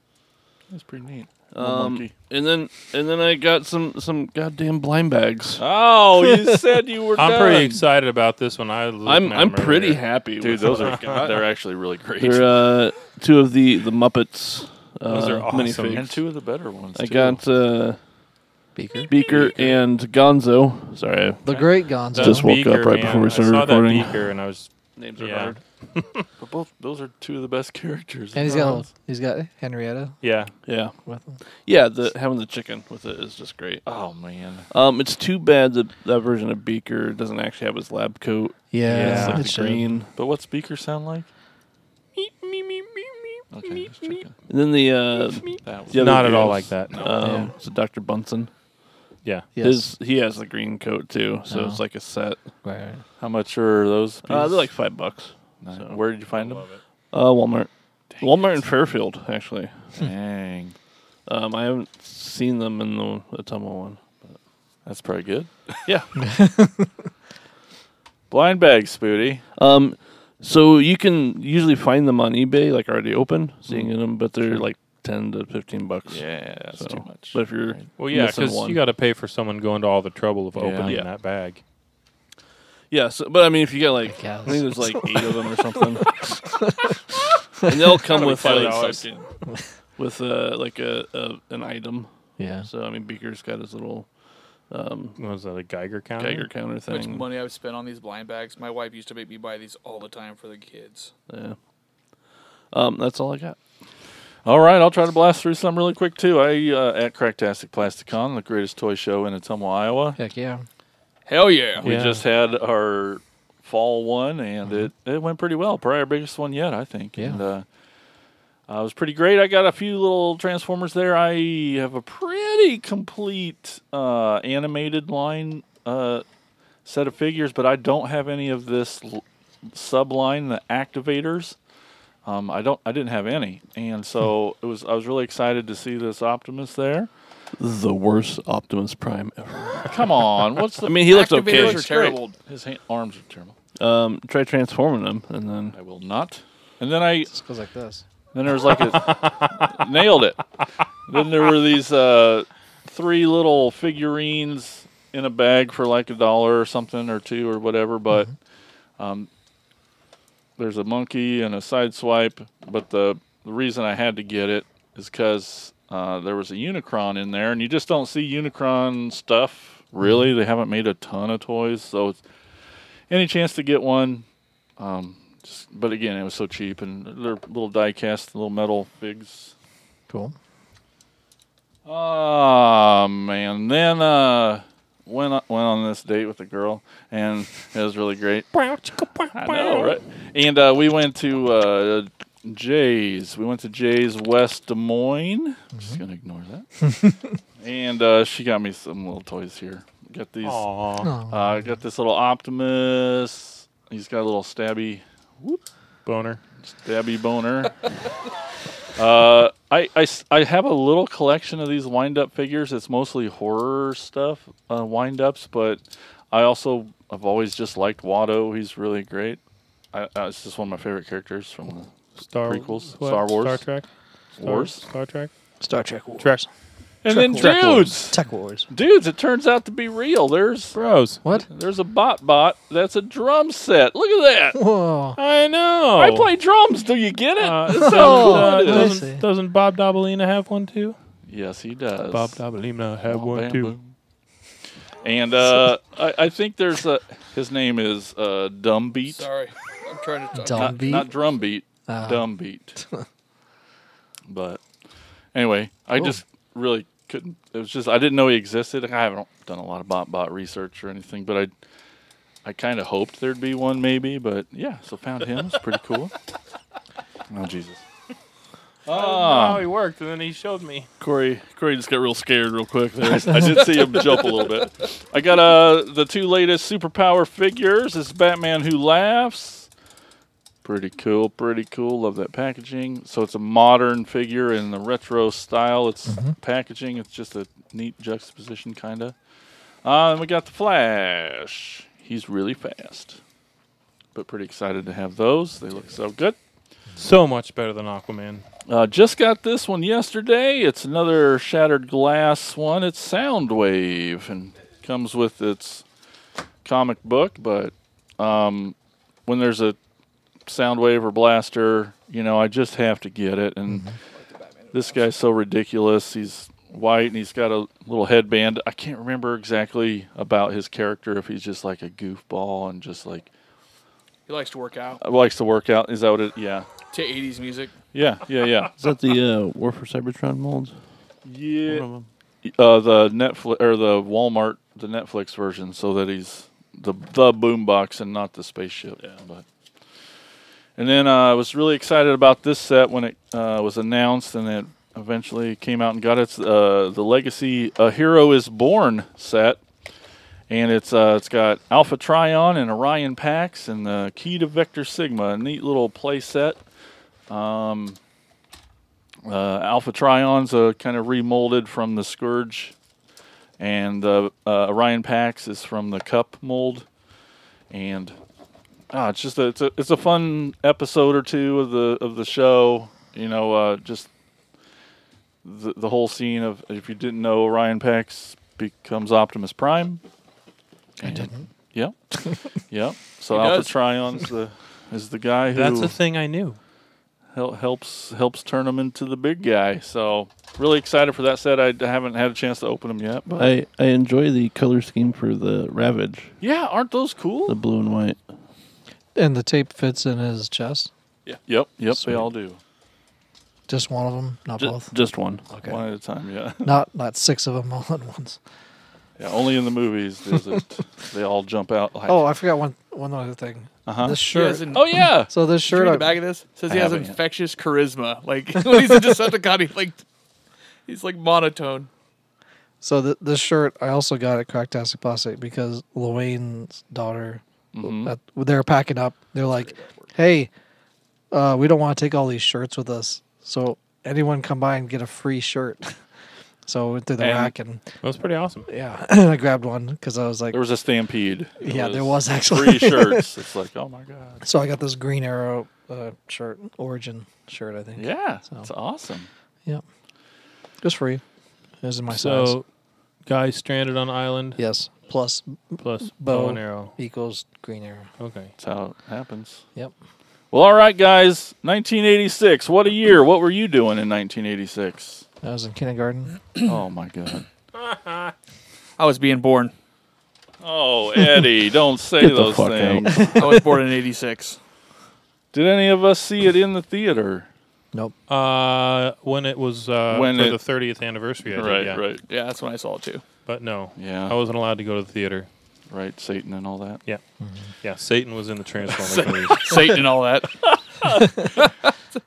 That's pretty neat. um, and then and then I got some some goddamn blind bags. Oh, *laughs* you said you were. I'm pretty *laughs* done. excited about this one. I was looking I'm at I'm them pretty earlier. happy. Dude, with those *laughs* what are *laughs* I got. they're actually really great. *laughs* They're uh, two of the the Muppets. Uh, Those are awesome. minifigs. and two of the better ones. I too. got uh, Beaker. Beaker and Gonzo. Sorry, I- The great Gonzo. That Just woke up beaker, right before we I started saw recording. That beaker and I was names Yeah. But both those are two of the best *laughs* characters. and he's in got those. he's got Henrietta yeah. Yeah, with him. yeah. The having the chicken with it is just great. Oh man, Um, it's too bad that that version of Beaker doesn't actually have his lab coat. Yeah, Yeah. It's like it the should. green. but what's Beaker sound like? Okay, just checking. And then the uh, That was Yeah, Not they're at all good. like that. um, Yeah. so Doctor Bunsen. Yeah. Yes. His he has the green coat too, so Oh. it's like a set. Right, right. How much are those? Uh, they're like pieces? five bucks. Nice. so- Where did you find them? Uh, Walmart, Walmart in Fairfield actually. Dang, *laughs* Um, I haven't seen them in the Ottumwa one. that's pretty good. Yeah. Blind bag, Spooty. Um, *laughs* so you can usually find them on eBay, like already open, seeing them, but they're like ten to fifteen bucks. Yeah, that's So, too much. But if you're Right. Well, yeah, missing because one- you got to pay for someone going to all the trouble of Yeah. opening Yeah. that bag. yeah, so, but I mean, if you got like, Yeah, I think there's like eight of them or something, and they'll come with uh, like $5. with uh, like a, a an item. Yeah. So I mean, Beaker's got his little What was that a Geiger counter? Geiger counter How much thing. money I've spent on these blind bags. My wife used to make me buy these all the time for the kids. Yeah. Um, that's all I got. All right, I'll try to blast through some really quick too. I uh, at Cracktastic Plasticon, the greatest toy show in Ottumwa, Iowa. Heck yeah. Hell yeah. We Yeah. just had our fall one, and it, it went pretty well. Probably our biggest one yet, I think. Yeah. And, uh, uh, it was pretty great. I got a few little Transformers there. I have a pretty complete uh, animated line uh, set of figures, but I don't have any of this l- subline, the activators. Um, I don't. I didn't have any, and so it was. I was really excited to see this Optimus there. The worst Optimus Prime ever. Come on, what's the? *laughs* I mean, he looks okay. Activators are terrible. His hand, arms are terrible. Um, try transforming them, and then I will not. And then I This goes like this. then there was like a nailed it. Then there were these uh, three little figurines in a bag for like a dollar or something or two or whatever. But um, there's a monkey and a side swipe. But the, the reason I had to get it is because uh, there was a Unicron in there, and you just don't see Unicron stuff really. They haven't made a ton of toys, so it's any chance to get one. Um, just, but again, it was so cheap, and they're little die-cast, little metal figs. Cool. Ah man, then uh, went on, went on this date with a girl, and it was really great. I know, right? And uh, we went to uh, Jay's. We went to Jay's West Des Moines. I'm just gonna ignore that. and uh, she got me some little toys here. Got these. Aw, Uh, Oh, I got this little Optimus. He's got a little stabby, boner. stabby boner. uh, I, I s- I have a little collection of these wind up figures. It's mostly horror stuff, uh, wind ups, but I also I've always just liked Watto. He's really great. I, I, it's just one of my favorite characters from the Star Prequels, what? Star Wars. Star Trek, Star, Wars. Star Trek, Star Trek Wars. Trek. And then Trek dudes, Tech Wars. dudes. It turns out to be real. There's Bros. What? there's a bot bot that's a drum set. Look at that. Whoa. I know. I play drums. Do you get it? Uh, It's so doesn't, cool. uh, I doesn't, see. doesn't Bob Dabalina have one too? Yes, he does. Bob Dabalina had Bam, one bam, too. boom. And uh, I, I think there's a his name is uh, Dumbbeat. Sorry, I'm trying to. Talk. Dumb Not, beat. not Drumbeat. Ah. *laughs* Dumbbeat. but anyway, I Cool. just really couldn't. It was just I didn't know he existed. I haven't done a lot of bot bot research or anything, but I I kind of hoped there'd be one maybe. But yeah, so found him. It's pretty cool. *laughs* Oh Jesus. How he worked, and then he showed me. Corey, Corey just got real scared real quick there. I did see him jump a little bit. I got uh the two latest superpower figures. It's Batman Who Laughs. Pretty cool, pretty cool. Love that packaging. So it's a modern figure in the retro style. It's packaging. It's just a neat juxtaposition, kinda. Uh, and we got the Flash. He's really fast, but pretty excited to have those. They look so good. So much better than Aquaman. Uh, just got this one yesterday. It's another shattered glass one. It's Soundwave and comes with its comic book. But um, when there's a Soundwave or blaster, you know, I just have to get it. And this guy's so ridiculous. He's white and he's got a little headband. I can't remember exactly about his character if he's just like a goofball and just like He likes to work out likes to work out. Is that what it? Yeah, to 80s music. yeah, yeah, yeah. is that the uh, War for Cybertron molds? Yeah. One of 'em. uh, the Netflix or the Walmart, the Netflix version, so that he's the the boombox and not the spaceship. Yeah. But and then uh, I was really excited about this set when it uh, was announced, and it eventually came out and got its uh, the Legacy A Hero Is Born set, and it's uh, it's got Alpha Trion and Orion Pax and the Key to Vector Sigma, a neat little play set. Uh, Alpha Trion's uh, kind of remolded from the Scourge, and the uh, Orion Pax is from the Cup mold. And ah, it's just a, it's a it's a fun episode or two of the of the show. You know, uh, just the the whole scene of if you didn't know Orion Pax becomes Optimus Prime. I didn't. Yeah, *laughs* yeah. So He Alpha does. Trion's the is the guy who That's a thing I knew. hel- helps helps turn him into the big guy. So really excited for that set. I d- haven't had a chance to open them yet, but I I enjoy the color scheme for the Ravage, yeah, aren't those the cool? blue and white. And the tape fits in his chest. Yeah. Yep. Yep. Sweet. They all do. Just one of them, not Ju- both. just one. Okay. One at a time. Yeah. *laughs* Not not six of them *laughs* all at once. yeah. Only in the movies does *laughs* it. they all jump out. Like, Oh, I forgot one one other thing. Uh-huh. This He shirt. has an, Oh, yeah. so this Did you shirt. read I, the back of this? It says I he has haven't yet. infectious charisma. Like *laughs* when he's a Decepticon, he like he's like monotone. So th- this shirt I also got at Cracktastic Plastic because Luane's daughter, at, they're packing up. They're like, "Hey, uh, we don't want to take all these shirts with us, so anyone come by and get a free shirt." *laughs* So I went through the And- rack and That's pretty awesome. yeah, *clears throat* I grabbed one because I was like, There was a stampede. It yeah, there was actually three *laughs* shirts. It's like, oh my god. So I got this Green Arrow uh, shirt, Origin shirt, I think. Yeah, So- it's awesome. Yep. It was free. It was in my size. So, guy stranded on island Yes. Plus plus bow. bow and arrow. equals Green Arrow. Okay. That's how it happens. Yep. Well, all right, guys. 1986. What a year. What were you doing in *clears throat* 1986? I was in kindergarten. oh my god. I was being born. Oh, *laughs* Eddie, don't say Get the those fuck out. things. I was born in '86. Did any of us see it in the theater? Nope. Uh, when it was uh, When for it- the thirtieth anniversary, I did, right, yeah. right, Yeah, that's when I saw it too. But no, Yeah. I wasn't allowed to go to the theater. right. Satan and all that. Yeah, yeah. Satan was in *laughs* the Transformers movies. Satan and all that.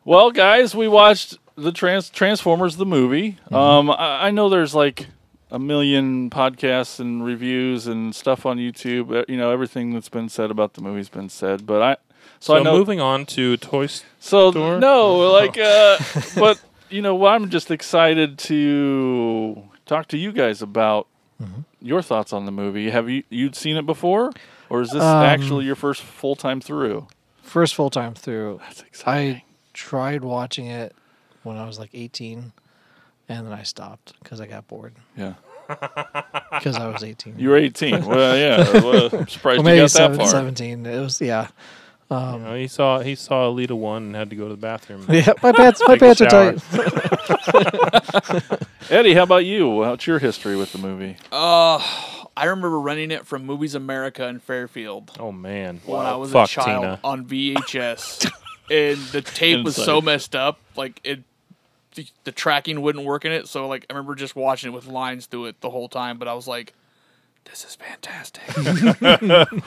Well, guys, we watched the trans- Transformers the movie. Um, I-, I know there's like a million podcasts and reviews and stuff on YouTube. Uh, You know, everything that's been said about the movie's been said. But I, so, So I know. moving on to toys. so Store? no, like, uh, but you know, well, I'm just excited to talk to you guys about your thoughts on the movie. Have you you'd seen it before, or is this Um, actually your first full time through? First full time through. That's I tried watching it when I was like 18, and then I stopped because I *laughs* got bored Yeah. because I was 18. You were *laughs* 18. Well, yeah. Well, I'm surprised Or you maybe got that seven, far. 17. It was yeah. *laughs* You know, uh, he saw he saw Alita one and had to go to the bathroom. Yeah, my pants, my Take a pants are shower. tight. Eddie, how about you? What's your history with the movie? Uh, I remember renting it from Movies America in Fairfield Oh man, when I was fuck a child Tina. on VHS, and the tape was so Inside. messed up, like it, the, the tracking wouldn't work in it. So like I remember just watching it with lines through it the whole time. But I was like, this is fantastic.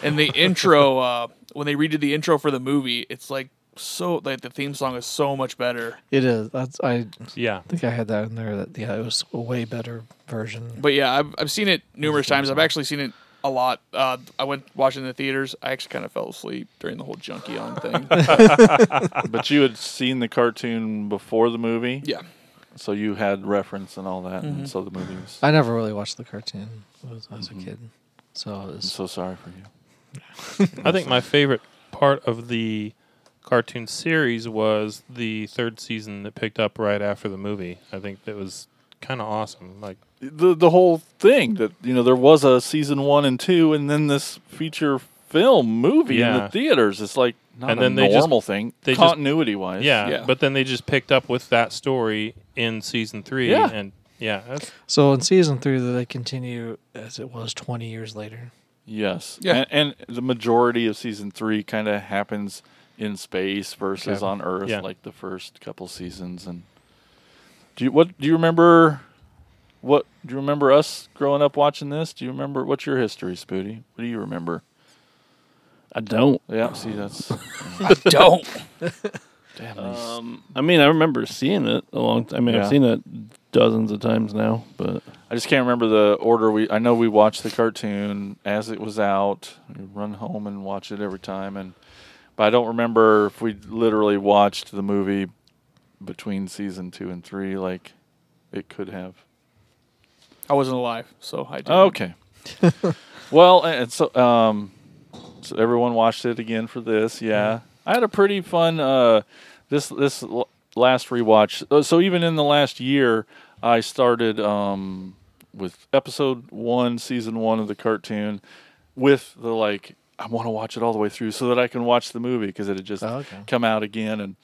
*laughs* and the intro, uh, when they redid the intro for the movie, it's like so like the theme song is so much better. It is. That's I Yeah, think I had that in there. That yeah, it was a way better version. But yeah, I've, I've seen it numerous times. I've actually seen it a lot. Uh, I went watching the theaters. I actually kind of fell asleep during the whole junkie on thing. But you had seen the cartoon before the movie, yeah. so you had reference and all that, Mm-hmm. and so the movie was. I never really watched the cartoon when I was- when I was a kid, so it I'm was so sorry for you. I think my favorite part of the cartoon series was the third season that picked up right after the movie. I think that was kind of awesome. Like, The the whole thing that you know there was a season one and two, and then this feature film movie in Yeah. the theaters. It's like not And a then they just- normal thing. they just- continuity wise, yeah, Yeah. but then they just picked up with that story in season three. Yeah. and yeah, that's, So in season three, they continue as it was 20 years later. Yes. Yeah. And, and the majority of season three kind of happens in space versus Okay. on Earth, Yeah. like the first couple seasons. And do you what do you remember? What do you remember us growing up watching this? Do you remember what's your history, Spooty? What do you remember? *laughs* I don't. Yeah. See, that's Don't. damn. these- Um, I mean, I remember seeing it a long. T- I mean, Yeah. I've seen it dozens of times now, but I just can't remember the order. We I know we watched the cartoon as it was out. We run home and watch it every time, and but I don't remember if we literally watched the movie between season two and three. Like it could have. I wasn't alive, so I did. Okay. *laughs* well, and and so um, so everyone watched it again for this. Yeah, Mm-hmm. I had a pretty fun uh, this this l- last rewatch. Uh, So even in the last year, I started um with episode one, season one of the cartoon, with the like I want to watch it all the way through so that I can watch the movie because it had just Oh, okay. come out again and.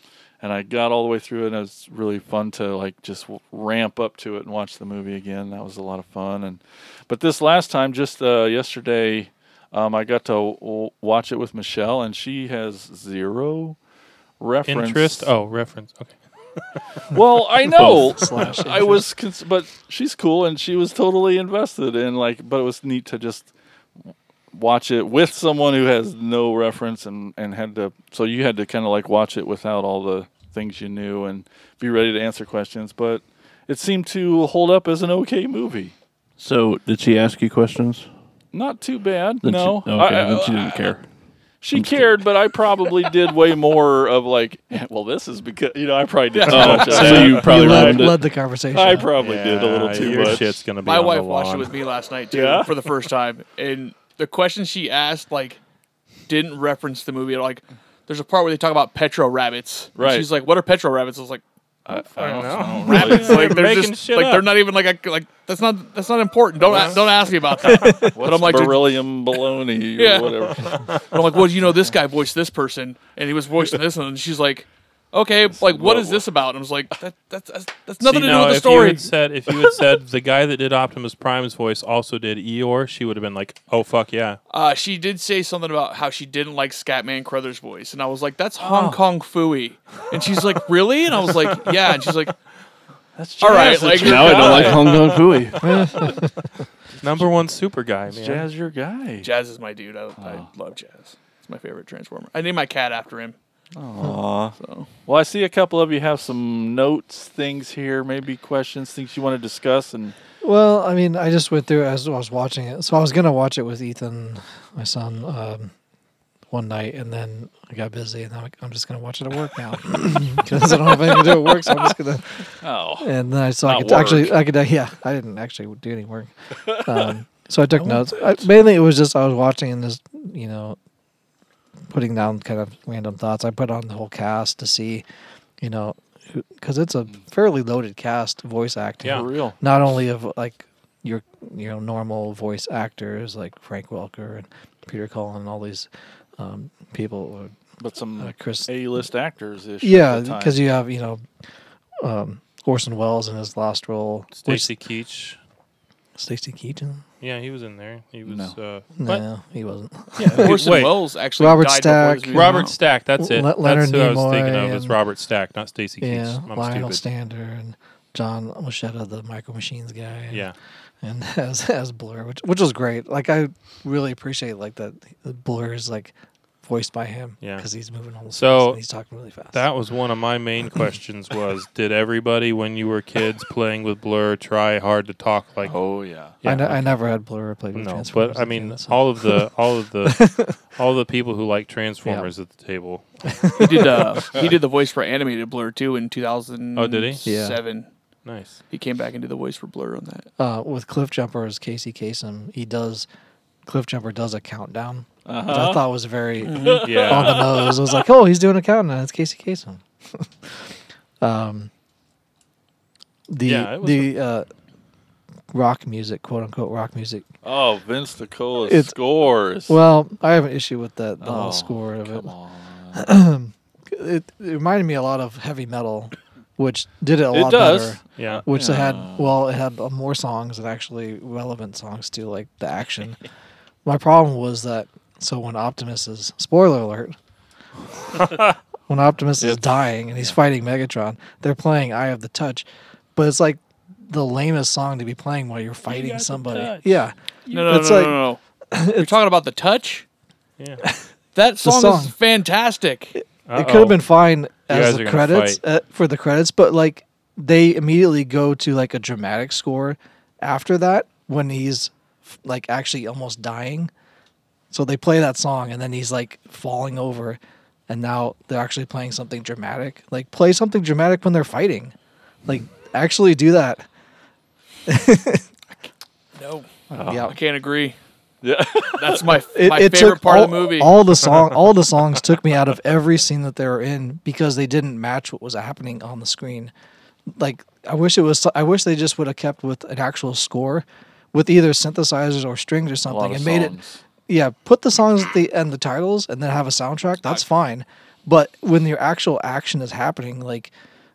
And I got all the way through it, and it was really fun to like just w- ramp up to it and watch the movie again. That was a lot of fun, and but this last time, just uh, yesterday, um, I got to w- watch it with Michelle, and she has zero reference interest. Oh, reference. Okay. Well, *laughs* I know. Slash I was, cons- but she's cool, and she was totally invested in like. But it was neat to just watch it with someone who has no reference, and and had to. So you had to kind of like watch it without all the things you knew, and be ready to answer questions. But it seemed to hold up as an okay movie. so did she ask you questions? Not too bad. Then no, she, I- okay, I- then she didn't care. She cared, but I probably did way more of like, "Eh, well, this is because you know I probably did. too Oh, much of so that. you probably you led, ruined it. led the conversation. I probably did a little too your much. Shit's gonna be My on the wife watched it lawn. with me last night too Yeah? for the first time, and the question she asked like didn't reference the movie at all. Like, there's a part where they talk about petro rabbits. And Right. She's like, "What are petro rabbits?" I was like, I don't *laughs* know. "Rabbits? like they're Making just shit like up. they're not even like a, like that's not that's not important. Don't a- don't ask me about that." but What's I'm like, "Did- beryllium baloney or Yeah. *laughs* whatever. I'm like, well, you know, this guy voiced this person, and he was voicing this, one," and she's like, okay, like, what is this about? And I was like, that, that's, that's that's nothing See, to do now, with the if You story. had said, if you had said the guy that did Optimus Prime's voice also did Eeyore, she would have been like, "Oh fuck yeah!" Uh, she did say something about how she didn't like Scatman Crothers' voice, and I was like, that's Hong Kong fooey, and she's like, really? And I was like, yeah, and she's like, that's all right, like, *laughs* Now I don't like Hong Kong Fooey. Number one super guy, man. Jazz, your guy. *laughs* Jazz is my dude. I, I love Jazz. It's my favorite Transformer. I named my cat after him. Well, I see a couple of you have some notes, things here, maybe questions, things you want to discuss, and Well, I mean, I just went through it as I was watching it. So I was gonna watch it with Ethan, my son, um, one night, and then I got busy, and I'm like, I'm just gonna watch it at work now *laughs* because I don't have anything to do at work. So I'm just gonna. oh, And then I so I Not could actually I could uh, yeah I didn't actually do any work. Um, so I took notes. I, mainly it was just I was watching and just you know putting down kind of random thoughts. I put on the whole cast to see, you know, because it's a fairly loaded cast voice acting Yeah. for real. not only of like your you know normal voice actors like Frank Welker and Peter Cullen and all these um, people. But some Uh, Chris- A-list actors ish. Yeah, because you have you know um, Orson Welles in his last role. Stacy Keach. Stacy Keaton? Yeah, he was in there. He was. Uh, No, but *laughs* he wasn't. Orson wait. Welles actually Robert died before this Stack. movie came Robert out. Stack. That's it. Le- Leonard that's who I was thinking Nimoy of. It's and- Robert Stack, not Stacy Yeah, Keach. I'm Lionel stupid. Stander and John Moschetta, the Micro Machines guy. and- Yeah. and *laughs* as as Blur, which which was great. Like I really appreciate like that Blur is like voiced by him. Yeah. because he's moving all the So, so and he's talking really fast. That was one of my main questions was did everybody when you were kids playing with Blur try hard to talk like Oh yeah. yeah, I, ne- I never had Blur played with no, Transformers. but I as a mean kid, so- all of the all of the *laughs* all the people who like Transformers at the table. He did. Uh, he did the voice for animated Blur too in 2007. Oh, did he? Yeah. Nice. He came back and did the voice for Blur on that. uh, with Cliff Jumper as Casey Kasem, he does. Cliff Jumper does a countdown, which Uh-huh. I thought was very Mm. *laughs* on Yeah. the nose. It was like, oh, he's doing a countdown. It's Casey Kasem. *laughs* um, the Yeah, it was the uh, rock music, quote unquote rock music Oh, Vince Nicola It's- scores. Well, I have an issue with that the Oh, whole score of it. Come *clears throat* on. it. It reminded me a lot of heavy metal, which did it a It lot does. better. Yeah. Which they had well, it had uh, more songs and actually relevant songs to like the action. My problem was that so when Optimus is spoiler alert, when Optimus is dying and he's fighting Megatron, they're playing "Eye of the Touch," but it's like the lamest song to be playing while you're fighting somebody. Yeah, No, no, It's no, like- no, no, no. You're talking about the touch. Yeah. *laughs* That song, is song. fantastic. It could have been fine guys as are the gonna credits fight. uh, for the credits, but like they immediately go to like a dramatic score after that when he's f- like actually almost dying. So they play that song and then he's like falling over, and now they're actually playing something dramatic. Like play something dramatic when they're fighting, like actually do that. *laughs* No, Oh, yeah, I can't agree. Yeah. *laughs* That's my it, my it favorite took part all, of the movie. all the *laughs* song, all the songs took me out of every scene that they were in because they didn't match what was happening on the screen. Like I wish it was, I wish they just would have kept with an actual score, with either synthesizers or strings or lot something, of and made songs. it. Yeah, put the songs at the and the titles, and then have a soundtrack. That's fine, but when your actual action is happening, like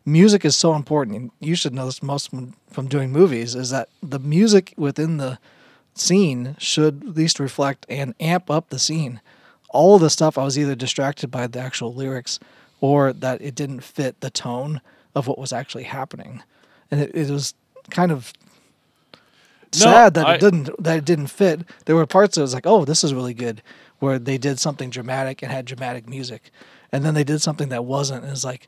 music is so important, and you should know this most from, from doing movies is that the music within the scene should at least reflect and amp up the scene. All of the stuff I was either distracted by the actual lyrics or that it didn't fit the tone of what was actually happening. And it, it was kind of sad that I- it didn't that it didn't fit. There were parts that was like, oh, this is really good, where they did something dramatic and had dramatic music. And then they did something that wasn't and it's like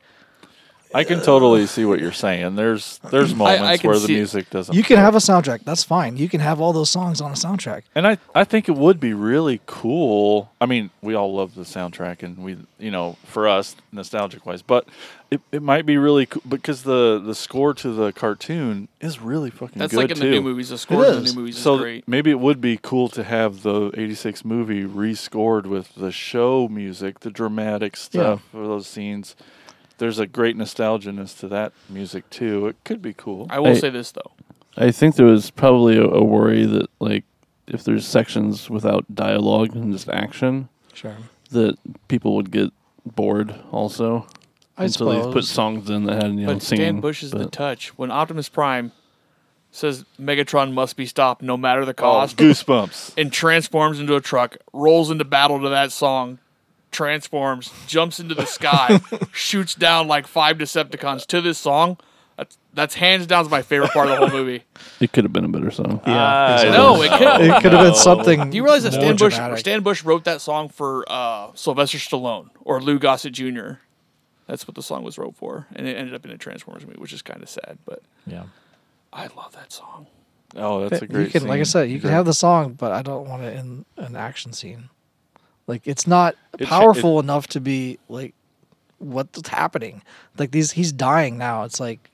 I can totally see what you're saying. There's there's moments can where the see it. music doesn't. You can have a soundtrack. That's fine. You can have all those songs on a soundtrack. And I, I think it would be really cool. I mean, we all love the soundtrack, and we, you know, for us, nostalgic wise, but it, it might be really cool because the, the score to the cartoon is really fucking That's good. like in too. the new movies. The score in the is. new movies So is great. maybe it would be cool to have the 86 movie rescored with the show music, the dramatic stuff for those scenes. There's a great nostalginess to that music, too. It could be cool. I will I- say this though. I think there was probably a, a worry that like if there's sections without dialogue and just action, Sure. that people would get bored also. I and so they put suppose. songs in that had you know But singing. Dan Bush is the but- touch. When Optimus Prime says Megatron must be stopped no matter the Oh, cost, goosebumps. and transforms into a truck, rolls into battle to that song, transforms, jumps into *laughs* the sky, shoots down like five Decepticons to this song. That's, that's hands down my favorite part of the whole *laughs* movie. it could have been a better song. I *laughs* No, it could. It could have been something. Do you realize that more Stan Bush, dramatic. Stan Bush wrote that song for uh, Sylvester Stallone or Lou Gossett Jr.? That's what the song was wrote for, and it ended up in a Transformers movie, which is kind of sad. But Yeah. I love that song. Oh, that's a great you can, like I scene. said, you can Great. have the song, but I don't want it in an action scene. Like it's not it- powerful enough to be like what's happening. Like these, he's dying now. It's like,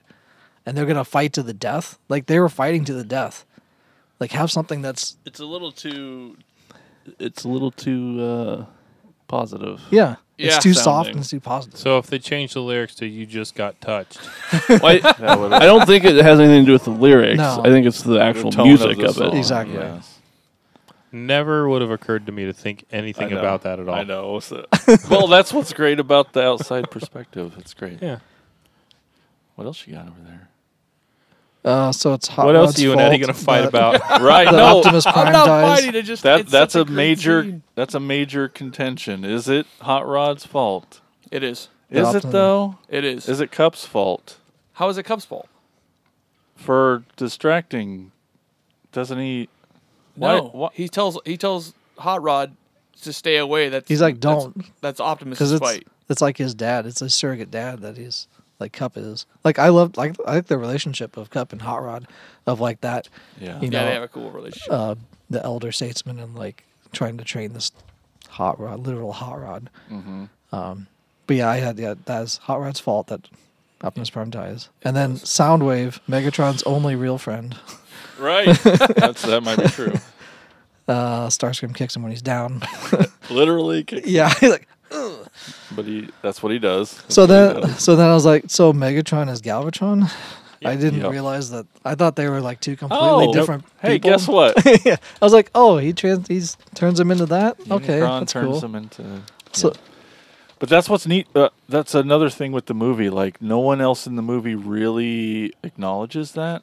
and they're gonna fight to the death. Like they were fighting to the death. Like have something that's It's a little too. It's a little too uh, positive. yeah. Yeah. it's too soft Sounding. and it's too positive. So if they change the lyrics to "You just got touched," *laughs* Why- I don't think it has anything to do with the lyrics. No. I think it's the The actual tone music the of, song, it. Exactly. yes. never would have occurred to me to think anything I know. about that at all. I know. so- well, that's what's great about the outside perspective. It's great. Yeah. What else you got over there? Uh, so it's hot. What else Rod's are you and Eddie fault gonna fight that about? Right. The no, Optimus Prime I'm not dies. fighting. It *laughs* just that it's that's such a, great major scene. that's a major contention. Is it Hot Rod's fault? It is. The Is it Optimus. though? It is. Is it Cup's fault How is it Cubs' fault? for distracting? Doesn't he? No, Why- why- he tells he tells Hot Rod to stay away. That's He's like, that's- "Don't." That's, because Optimus' it's fight. it's like his dad. It's a surrogate dad that he's like Cup is. Like I love like I like the relationship of Cup and Hot Rod, of like that. Yeah. You know, Yeah, they have a cool relationship. uh, the elder statesman and like trying to train this hot rod, literal hot rod. Um, but yeah, I had yeah, that's Hot Rod's fault that Optimus Prime dies, and then Soundwave, Megatron's only real friend, Right. *laughs* that's that might be true. uh, Starscream kicks him when he's down. *laughs* Literally, kick- yeah, *laughs* he's like but he that's what he does. That's so what he then does. so then I was like, so Megatron is Galvatron. I didn't Yep. realize that. I thought they were like two completely oh, different. hey, people. *laughs* guess what? yeah, I was like, oh, he trans, he's turns him into that. okay, Unicron that's turns cool. him into So But that's what's neat. Uh, that's another thing with the movie. Like no one else in the movie really acknowledges that.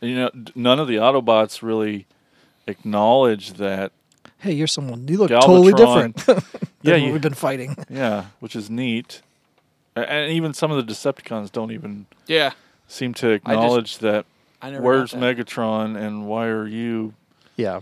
You know, d- none of the Autobots really acknowledge that. hey, you're someone. You look totally Galvatron- different. *laughs* than *laughs* Yeah, yeah, you- we've *laughs* been fighting. Yeah, which is neat. A- And even some of the Decepticons don't even yeah, seem to acknowledge that. I never. got Where's that. Megatron and why are you? *laughs* Yeah,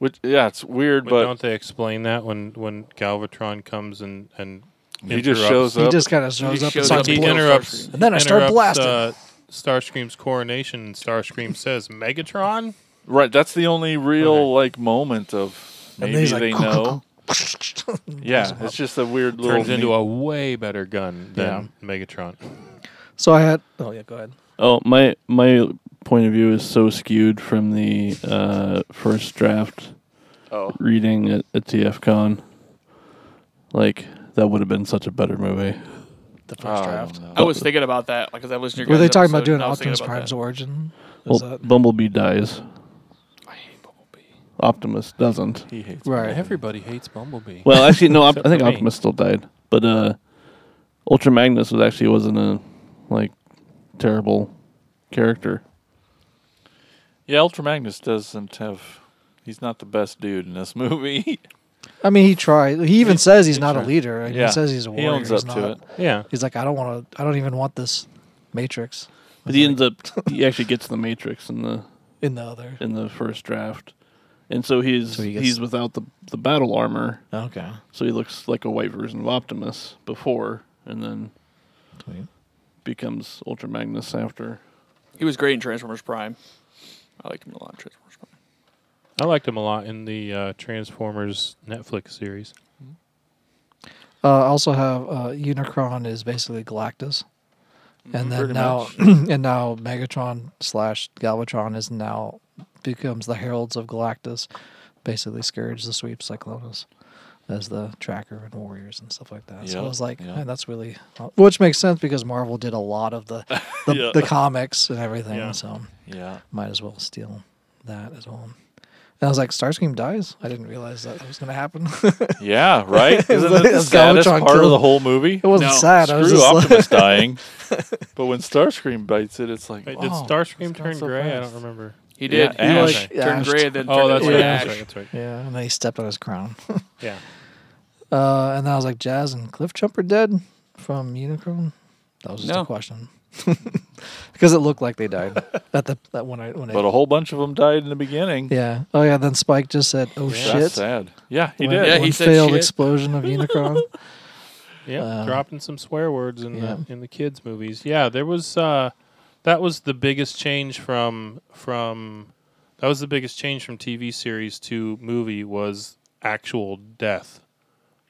Which yeah, it's weird, But, but, don't they explain that when when Galvatron comes and and he just interrupts- shows up. he just kind of shows just up and shows starts up. he blowing- interrupts. And then I start interrupts, blasting. Uh, Starscream's coronation. And Starscream says, "Megatron." right, that's the only real Okay. like moment of And maybe he's like, they know. blows Yeah, him it's up. just a weird little Turns into neat- a way better gun than Megatron. *laughs* So I had. Oh yeah, go ahead. Oh, my my point of view is so skewed from the uh, first draft Oh. reading at, at TFCon. Like that would have been such a better movie. The first I draft. don't know. I Oh, was thinking about that because I listened to your Were they guys' talking about episode, doing and I was thinking Optimus about Prime's origin? Well, Was that Bumblebee dies. that. I hate Bumblebee. Optimus doesn't. He hates right? Everybody hates Bumblebee. *laughs* Well, actually, no. Op- Except I think for me. Optimus still died, but uh, Ultra Magnus was actually wasn't a like terrible character. Yeah, Ultra Magnus doesn't have. He's not the best dude in *laughs* this movie. I mean, he tried. He even says he's not a tried. leader. I mean, Yeah, He says he's a he warrior. owns he's up to not- it. yeah. He's like, I don't want to. I don't even want this Matrix But he ends up he actually gets the Matrix in the in the other. in the first draft, and so he's So he gets- he's without the the battle armor, Okay. Oh, so he looks like a white version of Optimus before, and then becomes Ultra Magnus after. He was great in Transformers Prime. I liked him a lot in Transformers Prime. I liked him a lot in the uh, Transformers Netflix series. Uh, I also have uh, Unicron is basically Galactus, and then Mm-hmm, pretty now much. *clears throat* and now Megatron slash Galvatron is now becomes the heralds of Galactus, basically Scourge, the Sweep, Cyclonus, as the tracker and warriors and stuff like that. So I Yeah, was like, yeah. man, that's really which makes sense because Marvel did a lot of the the, *laughs* Yeah. the comics and everything. Yeah. So Yeah. might as well steal that as well. And I was like, Starscream dies. I didn't realize that was going to happen. *laughs* Yeah, *laughs* right? Isn't like that the it's saddest Galvatron part of killed. the whole movie? *laughs* It wasn't No, sad. I was Screw just like- *laughs* Optimus dying. But when Starscream bites it, it's like, Wait, wow. did Starscream gone turn so gray? I fast. don't remember. He Yeah, did. he Ash. like Yeah, turned Ash. gray, and then Oh, turned that's into right. Yeah. That's Ash. right. That's right. Yeah, and then he stepped on his crown. *laughs* Yeah. uh, and then I was like, Jazz and Cliff Jumper dead from Unicron. That was just No. a question *laughs* because it looked like they died at the that when I when But a I whole bunch of them died in the beginning. yeah oh yeah then Spike just said oh That's shit sad. Yeah, he when, did. Yeah, he one said failed shit. explosion *laughs* of Unicron Yeah, Um, dropping some swear words in yeah. the in the kids movies. Yeah, there was uh, that was the biggest change from from that was the biggest change from TV series to movie was actual death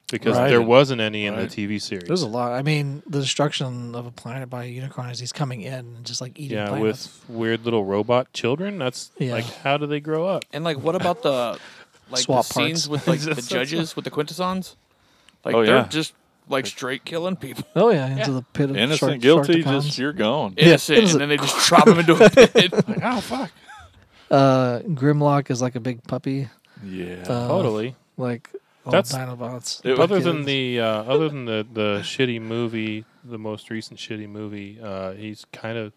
because Right. there wasn't any in Right. the TV series. there's a lot I mean the destruction of a planet by a Unicron is he's coming in and just like eating yeah, planets with weird little robot children. That's Yeah. like how do they grow up? And like, what about the like Swap the parts. scenes with like the That's- judges with the Quintessons? Like Oh, they're yeah. just like straight killing people, oh yeah into the pit of Innocent, shark, guilty, Sharktopons. just *laughs* you're gone. innocent, innocent. and then they just drop them into *laughs* a pit. like, oh, fuck. uh, Grimlock is like a big puppy Yeah. Uh, Totally. like all That's- Dinobots It was- other kids. than the uh, other than the the shitty movie, the most recent shitty movie, uh, he's kind of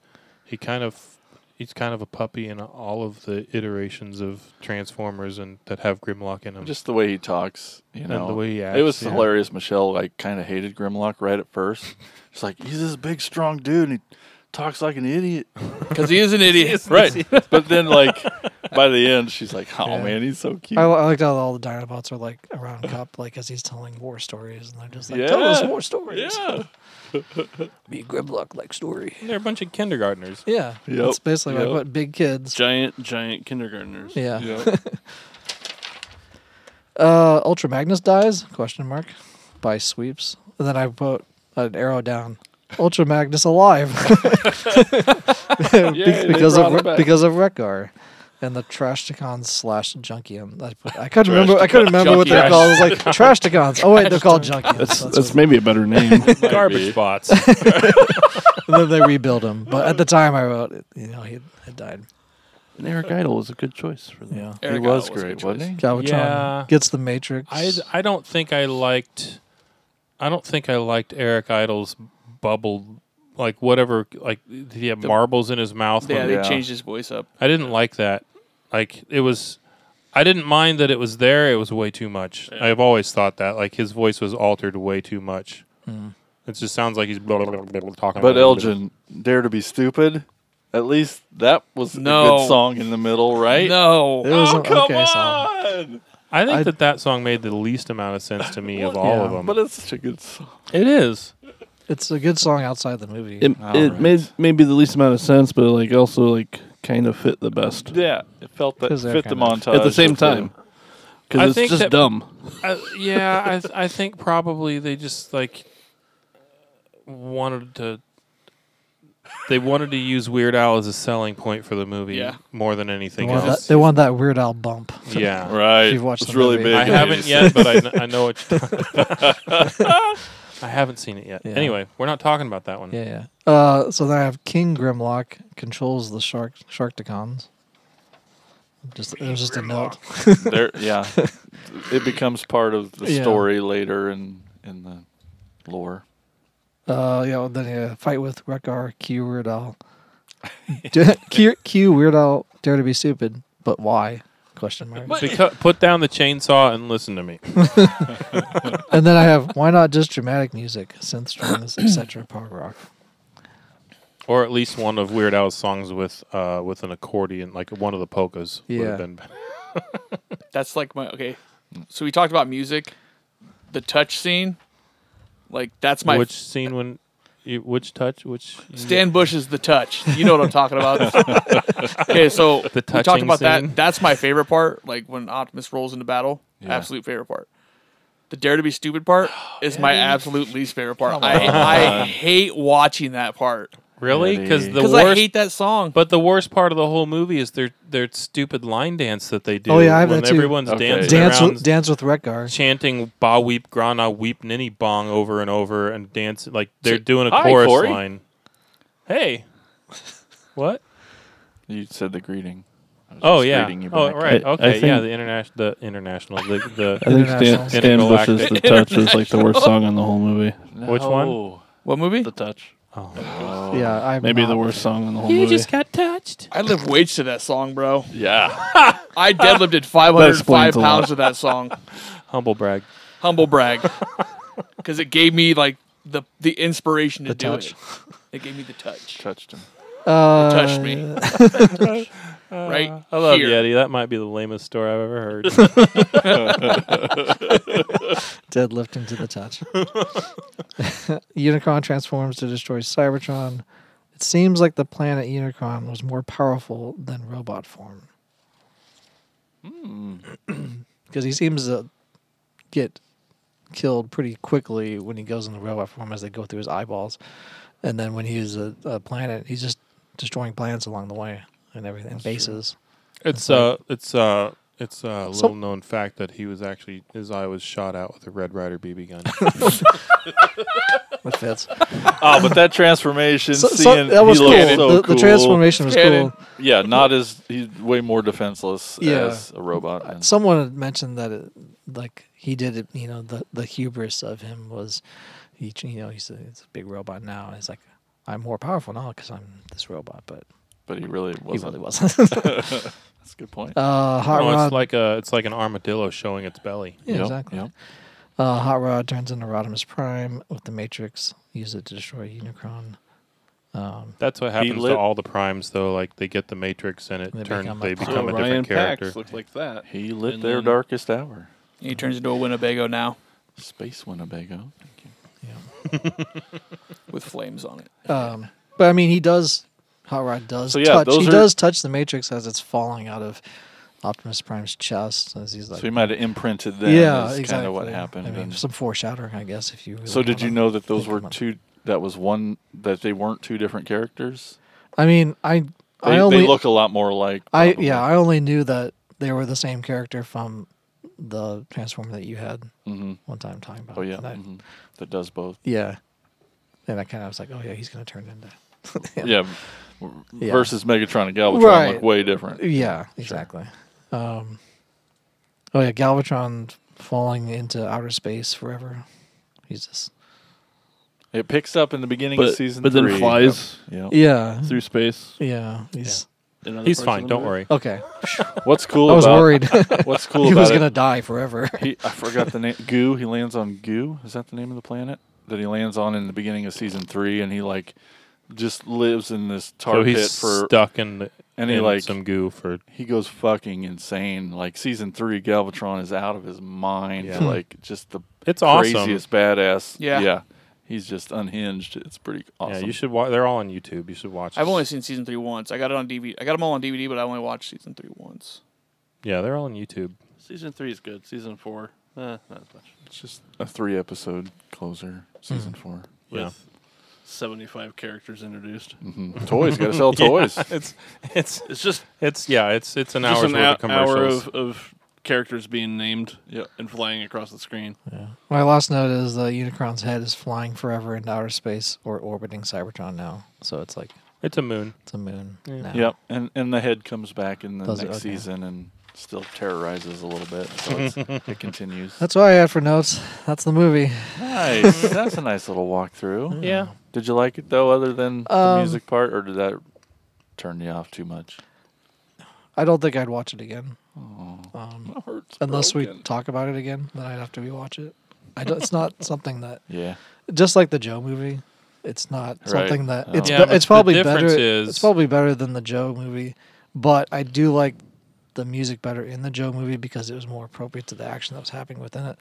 he kind of he's kind of a puppy in all of the iterations of Transformers and that have Grimlock in them. Just the way he talks, you And know. the way he it was acts, yeah. hilarious. Michelle, like, kind of hated Grimlock right at first. She's like, he's this big, strong dude, and he talks like an idiot. because he is an idiot. Right. *laughs* but then, like, by the end, she's like, oh, man, he's so cute. I, I liked how all the Dinobots are like around *laughs* Cup, like as he's telling war stories, and they're just like, Yeah. "Tell us more stories." yeah. Be Grimlock like story. they're a bunch of kindergartners. Yeah, Yep, that's basically yep. like what big kids. Giant, giant kindergartners. Yeah. Yep. *laughs* Uh, Ultra Magnus dies? Question mark. By sweeps, and then I put an arrow down. Ultra Magnus alive *laughs* Be- they because of brought him Re- back. because of Rekgar and the Trashticons slash Junkium. I, put- I couldn't remember. I couldn't remember what they're Junkions. called. I was *laughs* like Trashticons. Oh wait, they're called Junkiums. That's what- That's maybe a *laughs* better name. Garbage *laughs* bots. and then they rebuild him. But at the time, I wrote, you know, he had died. And Eric Idle was a good choice for that. Yeah. he Eric was Idle was a great, good wasn't he? Galvatron Yeah. gets the Matrix. *laughs* I I don't think I liked I don't think I liked Eric Idle's bubble like whatever like he had marbles in his mouth when Yeah, they Yeah. changed his voice up. I didn't like that. Like it was, I didn't mind that it was there. It was way too much. I've always thought that. Like his voice was altered way too much. It just sounds like he's blah, blah, blah, blah, blah, talking. But about- Elgin, Dare to Be Stupid. At least that was a No. good song in the middle, right? No, it was Oh, an come okay on! song. I think I- that that song made the least amount of sense to me of all Yeah. of them. But it's such a good song. it is. It's a good song outside the movie. It, it made maybe the least amount of sense, but like also like kind of fit the best yeah, it felt that 'Cause they're fit the kind of- montage at the same with the- time I because it's think just that- dumb. I, yeah, I th- I think probably they just like wanted to. They wanted to use Weird Al as a selling point for the movie Yeah. more than anything they, want that, else. they want that Weird Al bump. yeah, Right, You've watched it's the really movie. big. I and you haven't just- yet, but I, *laughs* kn- I know what you're talking about. *laughs* I haven't seen it yet. Yeah. Anyway, we're not talking about that one. Yeah, yeah. Uh, so then I have King Grimlock controls the shark Sharkticons. Just it was just a note. *laughs* There, yeah, it becomes part of the Yeah. story later in in the lore. Uh, yeah. Then yeah, fight with Rekgar, Q Weird *laughs* Al, D- Q, Q Weird Al, dare to be stupid, but why? Question mark. Becau- put down the chainsaw and listen to me. And then I have why not just dramatic music, synth strings, etc. Power rock. Or at least one of Weird Al's songs with uh, with an accordion, like one of the polkas. would Yeah. have been better. that's like my okay. So we talked about music, the touch scene. Like that's my Which scene when You- Which touch? Which Stan Bush is the touch. You know what I'm *laughs* talking about. okay, so we talked touching about scene. that. That's my favorite part. Like when Optimus rolls into battle, absolute favorite part. The dare to be stupid part is my absolute least favorite part. I, I hate watching that part Really? Because the because worst. I hate that song. but the worst part of the whole movie is their their stupid line dance that they do. Oh, yeah, I have when that too. everyone's Okay. dancing Dance around with, dance with Rekgar. chanting "Ba weep grana weep ninny bong" over and over and dancing like they're doing a hi, chorus Corey. line. Hey, what? You said the greeting. I was Oh just yeah. greeting you Oh back. right. I- I Okay. yeah. think- The international. The international. The, I *laughs* the think International. Stan, Stan Bush's "The Touch" is like the worst song in the whole movie. Which one? No, what movie? "The Touch," Yeah, I'm maybe the not- worst song in the whole movie. got touched. I live wage to that song, bro. *laughs* yeah, I deadlifted That 505 explains a lot. pounds of that song. Humble brag. Humble brag, because it gave me like the the inspiration to The do touch. it. It gave me the touch. Touched him. Uh, *laughs* touched me. *laughs* right I love here. Yeti. That might be the lamest story I've ever *laughs* heard. Deadlifting to the touch. *laughs* Unicron transforms to destroy Cybertron. It seems like the planet Unicron was more powerful than robot form. Hmm. *clears throat* Because he seems to get killed pretty quickly when he goes in the robot form as they go through his eyeballs. And then when he is a, a planet, he's just destroying planets along the way and everything, bases. It's uh, it's uh, it's a So- little known fact that he was actually his eye was shot out with a Red Rider BB gun. *laughs* That fits. Oh, but that transformation, *laughs* so, so seeing that was he cool. looked so the, the cool. transformation was Canon. cool. Yeah, not as he's way more defenseless Yeah. as a robot. and- Someone had mentioned that, it, like he did it, you know, the the hubris of him was, he, you know, he's a, he's a big robot now, and he's like, I'm more powerful now because I'm this robot, but but he really he wasn't. really wasn't. *laughs* That's a good point. *laughs* uh, Hot no, Rod, it's like a, it's like an armadillo showing its belly. yeah, Yep, exactly. yep. Uh, Hot Rod turns into Rodimus Prime with the Matrix, use it to destroy Unicron. That's what happens lit- to all the primes, though. Like they get the Matrix, and it They turns become a they prime. become a different character. looked like that. He lit And their then- darkest hour. He turns into a Winnebago now Space Winnebago. with flames on it. Um, but I mean, he does. Hot Rod does So, yeah, touch. those He are- does touch the Matrix as it's falling out of Optimus Prime's chest as he's like. So he might have imprinted that. yeah, is exactly. kind of what happened. I mean, and- some foreshadowing, I guess. If you. Really so did wanna you know that those think were about it. two? That was one. That they weren't two different characters. I mean, I. They, I they only. look a lot more like. I probably. yeah. I only knew that they were the same character from the Transformer that you had Mhm. one time talking about. Oh yeah. And I- mhm. That does both. Yeah. And I kind of was like, oh yeah, he's gonna turn into. *laughs* Yeah. Yeah. Versus Megatron and Galvatron Right. look way different. Yeah, exactly. Um, oh yeah, Galvatron falling into outer space forever. He's just It picks up in the beginning of But, season but three. then flies Yeah. yeah, through space. yeah. He's in other He's parts fine. of the Don't movie. worry. okay. What's cool I was about worried *laughs* *laughs* what's cool he about was it- gonna die forever. he, I forgot the name. Goo. He lands on Goo. Is that the name of the planet that he lands on in the beginning of season three? And he like just lives in this tar So pit he's for. stuck in, the, and he, in like- some goo for He goes fucking insane. Like season three, Galvatron is out of his mind. Yeah. Hmm. Like just the It's awesome. craziest badass. Yeah. yeah. He's just unhinged. It's pretty awesome. Yeah, you should watch. They're all on YouTube. You should watch. I've it. only seen season three once. I got it on DVD. I got them all on DVD, but I only watched season three once. Yeah, they're all on YouTube. Season three is good. Season four, eh, not as much. It's just a three episode closer, Hmm. season four. Yeah. With seventy-five characters introduced. Mm. Toys, *laughs* gotta sell toys. It's it's It's just it's yeah. It's it's an just hour's an worth of hou- hour commercials. of, of characters being named Yeah. and flying across the screen. *laughs* My last note is the Unicron's head is flying forever into outer space or orbiting Cybertron now. So it's like It's a moon. it's a moon. now. Yep, and and the head comes back in the Does it? next Okay. season and still terrorizes a little bit. So *laughs* it's, it continues. That's what I had for notes. That's the movie. *laughs* nice. That's a nice little walkthrough. Yeah. Did you like it though, other than the Um, music part, or did that turn you off too much? I don't think I'd watch it again Um, My heart's unless we broken. talk about it again. Then I'd have to rewatch it. I don't, it's not something that Yeah, just like the Joe movie. It's not something that Oh. it's Yeah, be- but it's the probably difference better. is- It's probably better than the Joe movie, but I do like the music better in the Joe movie because it was more appropriate to the action that was happening within it.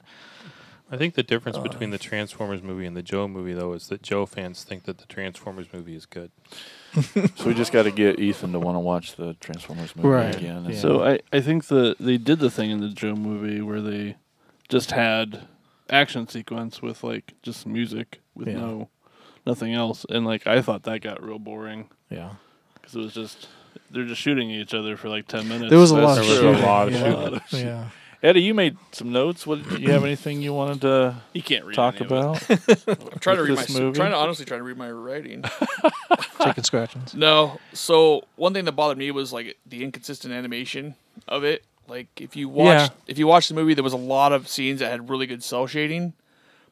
I think the difference Oh, between the Transformers movie and the Joe movie, though, is that Joe fans think that the Transformers movie is good. So we just got to get Ethan to want to watch the Transformers movie Right. again. Yeah. So I, I think the they did the thing in the Joe movie where they just had action sequence with like just music with Yeah. no nothing else, and like I thought that got real boring Yeah. because it was just they're just shooting each other for like ten minutes. There was a lot of That's true. shooting. There was a lot of yeah. *laughs* yeah. Eddie, you made some notes. What do you have anything you wanted to You can't read talk any of it. about? I'm trying to With read my. this movie? Trying to honestly trying to read my writing. Chicken scratchings. No. So one thing that bothered me was like the inconsistent animation of it. Like if you watched if you watched the movie, there was a lot of scenes that had really good cell shading,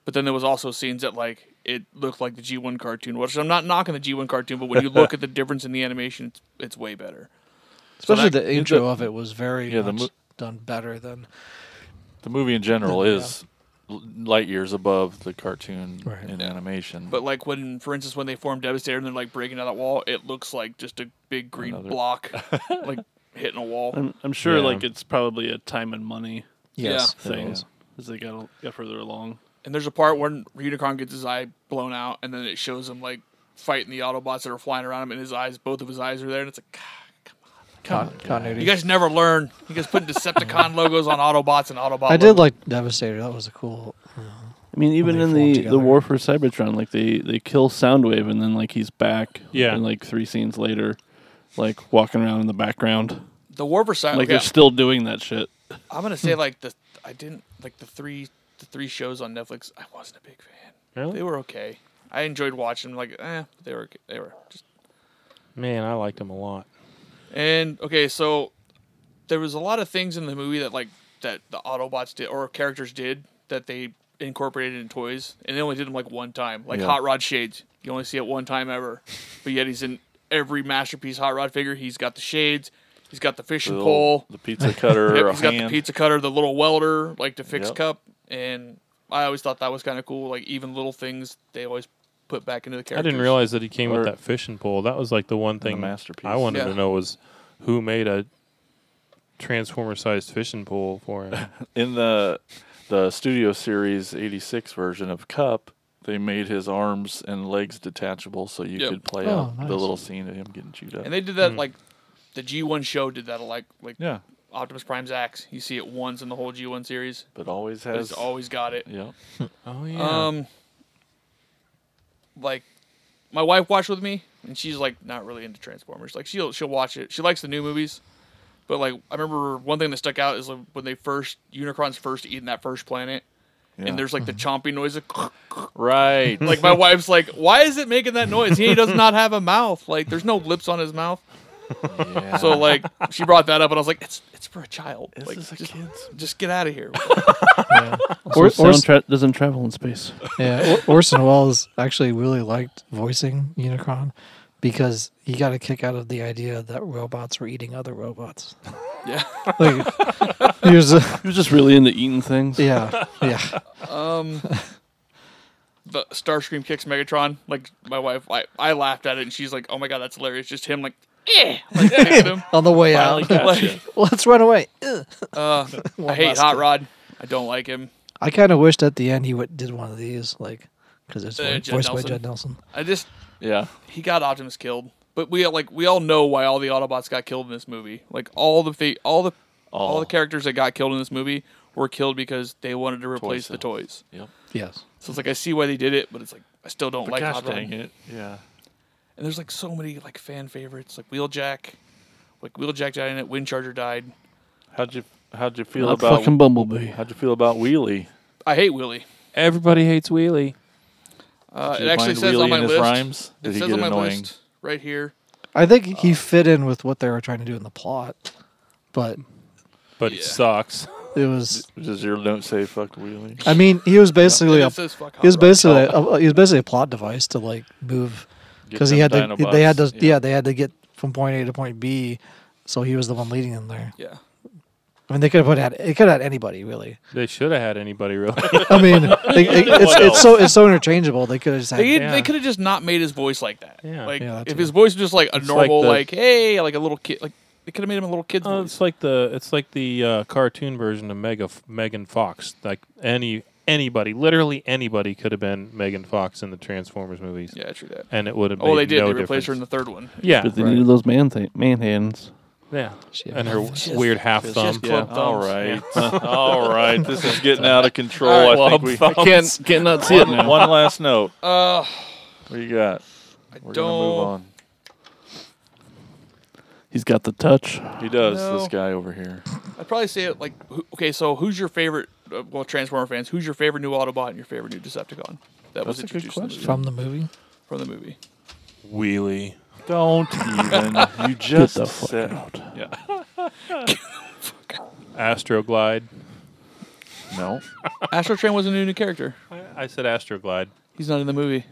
but then there was also scenes that like it looked like the G1 cartoon. Which I'm not knocking the G1 cartoon, but when you look at the difference in the animation, it's, it's way better. Especially that- the intro of it was very Yeah, the much mo- done better than The movie in general is l- light years above the cartoon Right. in animation. But like when, for instance, when they form Devastator and they're like breaking down that wall, it looks like just a big green Another- block, like hitting a wall. I'm, I'm sure Yeah. like it's probably a time and money yes. Yeah. thing as they got al- got further along. And there's a part where Unicron gets his eye blown out, and then it shows him like fighting the Autobots that are flying around him, and his eyes, both of his eyes are there, and it's like, "God, Con- continuity. you guys never learn. You guys put Decepticon logos on Autobots and Autobot. I logos. did like Devastator. That was a cool. I mean, even they in form the, together. the War for Cybertron, like they they kill Soundwave and then like he's back. Yeah. And like three scenes later, like walking around in the background, the War for Oh, Cyber. like they're still doing that shit. I'm *laughs* gonna say like the I didn't like the three the three shows on Netflix. I wasn't a big fan. They Really? were okay. I enjoyed watching them. Like, eh, they were they were just Man, I liked him a lot. And okay, so there was a lot of things in the movie that like that the Autobots did or characters did that they incorporated in toys, and they only did them like one time, like Yeah. Hot Rod shades. You only see it one time ever, but yet he's in every masterpiece Hot Rod figure. He's got the shades, he's got the the, fishing little- pole, the pizza *laughs* cutter, yep, or a he's got the hand. pizza cutter, the little welder, like to fix Yep. cup, and I always thought that was kind of cool. Like even little things they always put back into the characters. I didn't realize that he came Or- with that fishing pole. That was like the one thing masterpiece. I wanted Yeah. to know was who made a transformer-sized fishing pole for him. in the the studio series 86 version of cup they made his arms and legs detachable so you Yep. could play Oh, out nice. the little scene of him getting chewed up And they did Mm. that like the G1 show did that like like yeah Optimus Prime's axe. You see it once in the whole G1 series. but always But has He's always got it. yeah oh yeah. Um, like my wife watched with me, and she's like not really into Transformers. Like she'll she'll watch it. She likes the new movies, but like I remember one thing that stuck out is like, when they first Unicron's first eating that first planet, Yeah. and there's like the chomping noise. Of *laughs* right like my wife's like, why is it making that noise? He does not have a mouth. Like there's no lips on his mouth. yeah. So like she brought that up, and I was like, it's it's for a child. this like is a just, kid's just get out of here. Yeah. Or Or- or- sound tra- doesn't travel in space. Yeah, Or- Orson Welles actually really liked voicing Unicron because he got a kick out of the idea that robots were eating other robots. Yeah. *laughs* Like, he was, a, He was just really into eating things. yeah, yeah, Um, the Starscream kicks Megatron. Like my wife, I, I laughed at it, and she's like, "Oh my god, that's hilarious!" Just him, like, eh, like, kicking him. on the way out. Finally got you. Like, *laughs* Let's run away. Ugh. uh, I One hate last Hot guy. Rod. I don't like him. I kind of wished at the end he would, did one of these, like, because it's Uh, voi- Judd voiced by Nelson. Judd Nelson. I just yeah he got Optimus killed, but we like we all know why all the Autobots got killed in this movie. Like all the fa- all the all. All. the characters that got killed in this movie were killed because they wanted to replace the toys. yep Yes. So it's like I see why they did it, but it's like I still don't like Gosh Hot Rod. dang it! yeah And there's like so many like fan favorites, like Wheeljack, like Wheeljack died in it. Windcharger died. how'd you how'd you feel Not about fucking Bumblebee. how'd you feel about wheelie I hate Willie. *laughs* Everybody hates Wheelie. Uh, Did it you actually find says Wheelie on my in his list. rhymes It did he says get on my annoying list right here. I think he fit in with what they were trying to do in the plot, but But he sucks. *laughs* it was. does your note say fuck wheelie I mean, he was basically a It says fuck he was Hot Rod. basically a, he was basically a plot device to like move Get because he had them to they had to Dinobots, yeah. yeah. they had to get from point A to point B, so he was the one leading them there. Yeah. I mean, they could have put had it could have had anybody really. They should have had anybody *laughs* really. I mean, they, it, it's it's so it's so interchangeable. They could have just had They, Yeah. they could have just not made his voice like that. Yeah. Like Yeah, that's it. if his voice was just like a It's like normal, the- like, hey, like a little kid, like they could have made him a little kid's Oh, voice. it's like the it's like the uh, cartoon version of Mega Megan Fox. Like any anybody, literally anybody, could have been Megan Fox in the Transformers movies, Yeah, true that. and it would have. Oh, they made did. No they replaced her in the difference. third one. yeah, But they Right. needed those man th- man hands. yeah, She- and her weird half thumb. club thumbs. All right. *laughs* All right. This is getting out of control. Oh, I think we I *laughs* can't cannot see it one, now. one last note. Uh, What you got? I We're gonna move don't. on. He's got the touch. He does. No. This guy over *laughs* here. I'd probably say it like, who- okay, so who's your favorite? Uh, well, Transformer fans, who's your favorite new Autobot and your favorite new Decepticon? That was That's a good introduced in the question. movie- from the movie. from the movie. Wheelie. Don't even. You Get just the fuck said. out. Yeah. Astroglide. No. Astro Train wasn't a new character. I, I said Astroglide. He's not in the movie.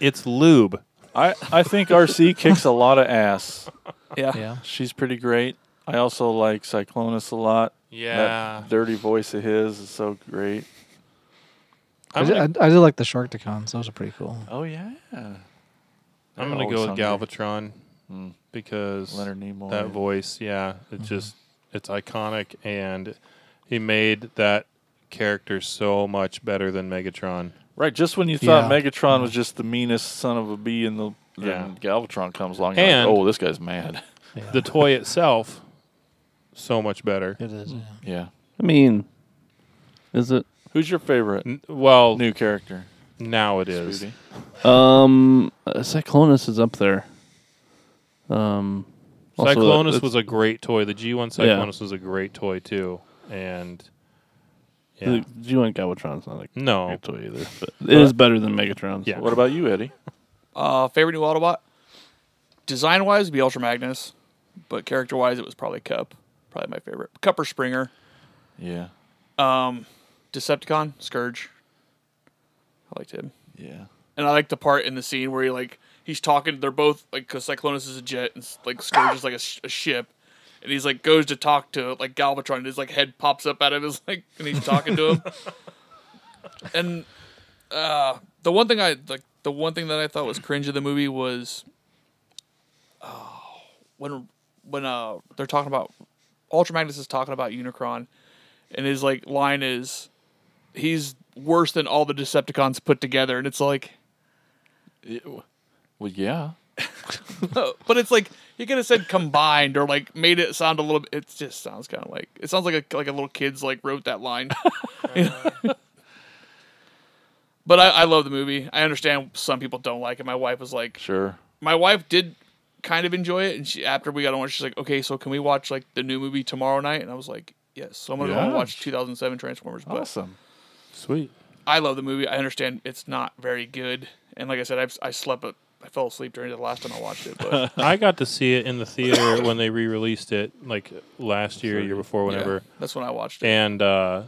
It's lube. I, I think RC kicks a lot of ass. Yeah. Yeah. She's pretty great. I also like Cyclonus a lot. That dirty voice of his is so great. I I'm did, gonna, I, I did like the Sharktacons. Those are pretty cool. Oh yeah. I'm gonna go with Always hungry. Galvatron because Leonard Nimoy. Mm-hmm. that voice, yeah, it just it's iconic, and he made that character so much better than Megatron. Right, just when you thought Yeah. Megatron was just the meanest son of a bee in the then Galvatron comes along you're like, And- oh, this guy's mad. *laughs* The toy itself, so much better. It is. Yeah. Yeah. I mean, is it? Who's your favorite N- well, new character? now it is. Speedy? Um, uh, Cyclonus is up there. Um, also, Cyclonus it's- was a great toy. The G1 Yeah. Cyclonus was a great toy too, and yeah, the G1 Galvatron's not a no, great toy either, but it is better than Megatron's. Yeah. What about you, Eddie? Uh, favorite new Autobot? Design wise, be Ultra Magnus, but character wise, it was probably Cup. Probably my favorite. Cup or Springer. Yeah. Um, Decepticon, Scourge. I liked him. Yeah. And I like the part in the scene where he like he's talking. They're both like because Cyclonus is a jet and like Scourge is like a, sh- a ship, and he's like goes to talk to like Galvatron. And his like head pops up out of his like and he's talking to him. And uh, the one thing I like the one thing that I thought was cringe of the movie was oh, when when uh they're talking about Ultra Magnus is talking about Unicron, and his like line is he's worse than all the Decepticons put together, and it's like. Well, yeah. *laughs* but it's like you could have said combined or like made it sound a little bit. It just sounds kind of like it sounds like a like a little kid's like wrote *laughs* that line. *laughs* You know? but I, I love the movie. I understand some people don't like it. My wife was like, Sure. my wife did kind of enjoy it, and she after we got on, she's like, okay, so can we watch like the new movie tomorrow night? And I was like, yes. So I'm gonna go Yeah. and watch 2007 Transformers. But Awesome. sweet. I love the movie. I understand it's not very good, and like I said, I've, I slept. A, I fell asleep during the last time I *laughs* watched it, but I got to see it in the theater when they re-released it, like last year, year before, whenever. yeah, that's when I watched it. And uh,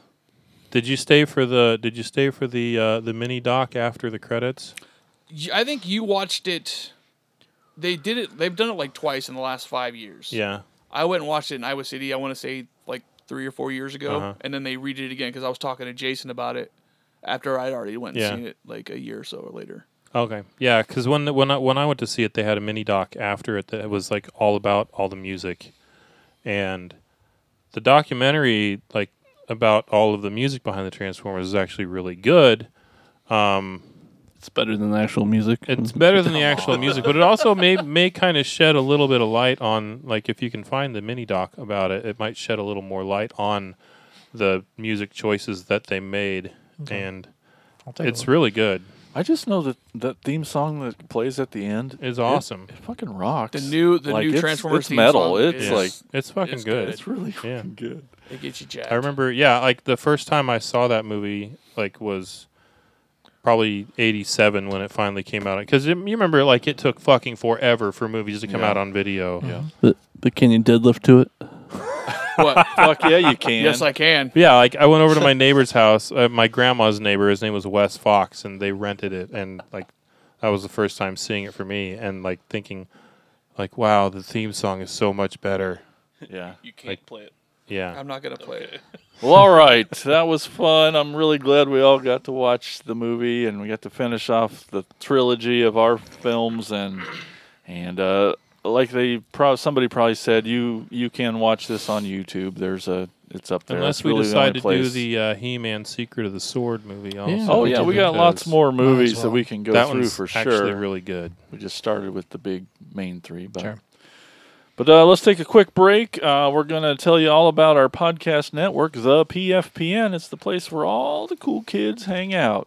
did you stay for the did you stay for the uh, the mini doc after the credits? Y- I think you watched it. They did it. They've done it like twice in the last five years. Yeah. I went and watched it in Iowa City. I want to say like three or four years ago, Uh-huh. and then they redid it again because I was talking to Jason about it after I'd already went and Yeah. seen it like a year or so later. Okay. Yeah, because when when I, when I went to see it, they had a mini doc after it that was like all about all the music, and the documentary like about all of the music behind the Transformers is actually really good. It's better than the actual music. *laughs* Mm-hmm. It's better than the actual music, but it also may may kind of shed a little bit of light on like if you can find the mini doc about it, it might shed a little more light on the music choices that they made, and I'll take a it's look. really good. I just know that that theme song that plays at the end It's it- awesome. It, fucking rocks. The new the Like, new it's- Transformers It's theme metal. song It's is- like It's fucking It's good. good. it's really Yeah. fucking good. it gets you jacked. I remember, yeah, like the first time I saw that movie, like was probably '87 when it finally came out. Because you remember, like it took fucking forever for movies to come Yeah. out on video. Yeah. But, but can you deadlift to it? *laughs* What? Fuck yeah, *laughs* you can. yes, I can. Yeah, like I went *laughs* over to my neighbor's house, uh, my grandma's neighbor. His name was Wes Fox, and they rented it, and like that was the first time seeing it for me, and like thinking, like, wow, the theme song is so much better. yeah. You can't play it. Yeah, I'm not gonna play it. Well, all right. That was fun. I'm really glad we all got to watch the movie and we got to finish off the trilogy of our films and and uh, like they pro- somebody probably said you you can watch this on YouTube. There's a it's up there. Unless It's we really the only decide to do place. the uh, He-Man Secret of the Sword movie. Also. Yeah. Oh we yeah, could we do got lots those. more movies that well. we can go that through one's for actually sure. really good. we just started with the big main three, but Sure. but uh, let's take a quick break. Uh, we're gonna tell you all about our podcast network, the PFPN. It's the place where all the cool kids hang out.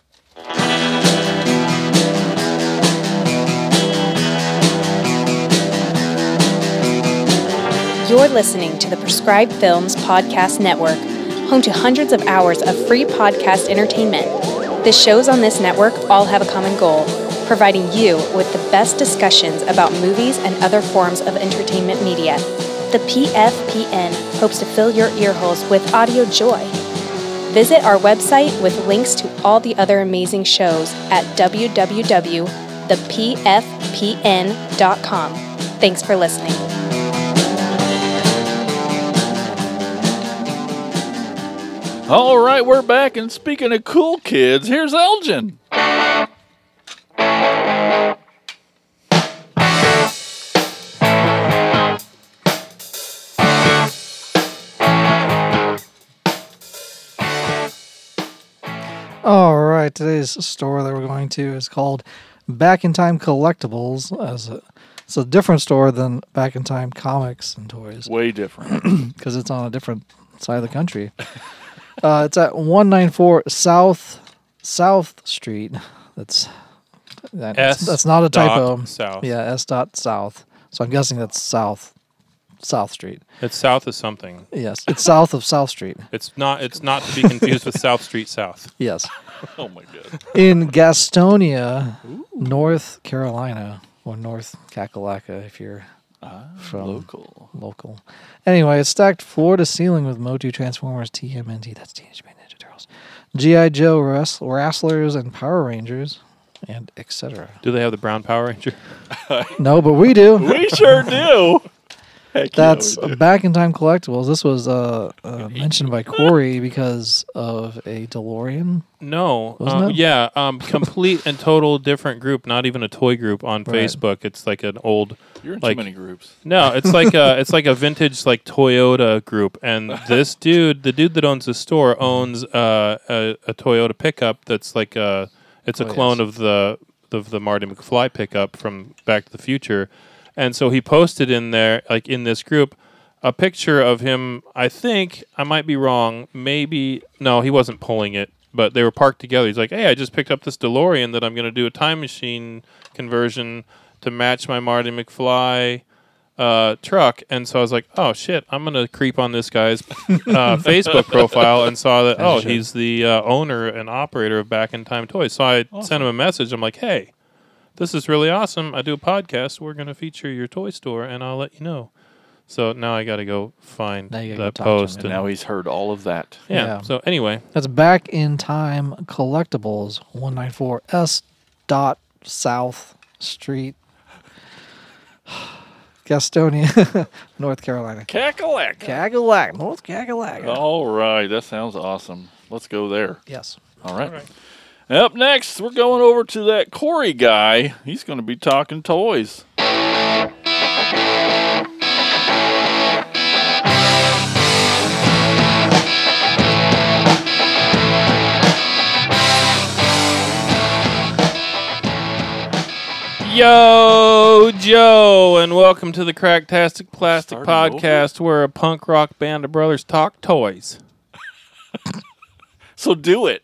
You're listening to the Prescribed Films Podcast Network, home to hundreds of hours of free podcast entertainment. The shows on this network all have a common goal providing you with the best discussions about movies and other forms of entertainment media. The PFPN hopes to fill your earholes with audio joy. Visit our website with links to all the other amazing shows at www.thepfpn.com. Thanks for listening. All right, we're back, and speaking of cool kids, here's Elgin. All right, today's store that we're going to is called Back in Time Collectibles. As a, it's a different store than Back in Time Comics and Toys Way different. because it's on a different side of *laughs* the country. uh, it's at one nine four South South Street. That's that, S that's not a dot typo. South. Yeah, S dot South. So I'm guessing that's South South Street. It's south of something. Yes, it's south of South Street. It's not. It's not to be confused with South Street South. Yes. *laughs* oh my god. in Gastonia, North Carolina, or North Kakalaka if you're uh, from Ah, Local. local. Anyway, it's stacked floor to ceiling with Motu Transformers, TMNT, that's Teenage Mutant Ninja Turtles, G.I. Joe, Wrest- Wrestlers, and Power Rangers, and etc. Do they have the brown Power Ranger? No, but we do. We sure *laughs* do. Heck yeah, That's back in time collectibles. This was uh, uh, mentioned by Corey because of a DeLorean. No. Wasn't uh, it? yeah. *laughs* Um, complete and total different group. Not even a toy group on Right. Facebook. It's like an old. you're in like, too many groups. No, it's like a it's like a vintage like Toyota group, and this dude, the dude that owns the store, owns uh, a a Toyota pickup that's like a it's a yes. clone of the of the Marty McFly pickup from Back to the Future, and so he posted in there like in this group a picture of him. I think I might be wrong. Maybe no, he wasn't pulling it. But they were parked together. He's like, "Hey, I just picked up this DeLorean that I'm going to do a time machine conversion to match my Marty McFly uh, truck, and so I was like, "Oh shit, I'm gonna creep on this guy's *laughs* uh, Facebook profile," and saw that oh, he's the uh, owner and operator of Back in Time Toys. So I sent him a message. I'm like, "Hey, this is really awesome. I do a podcast. We're gonna feature your toy store, and I'll let you know." So now I got to go find Now you gotta that go talk to him, post. And now he's heard all of that. yeah. Yeah. So anyway, That's back in time collectibles 194 S dot South Street, *sighs* Gastonia, *laughs* North Carolina. Cackalack. Kagalak, North Kagalak. All right, that sounds awesome. Let's go there. Yes. *laughs* All right. Up next, we're going over to that Corey guy. He's going to be talking toys. Yo, Joe, and welcome to the Cracktastic Plastic Starting over? Podcast, where a punk rock band of brothers talk toys. So do it.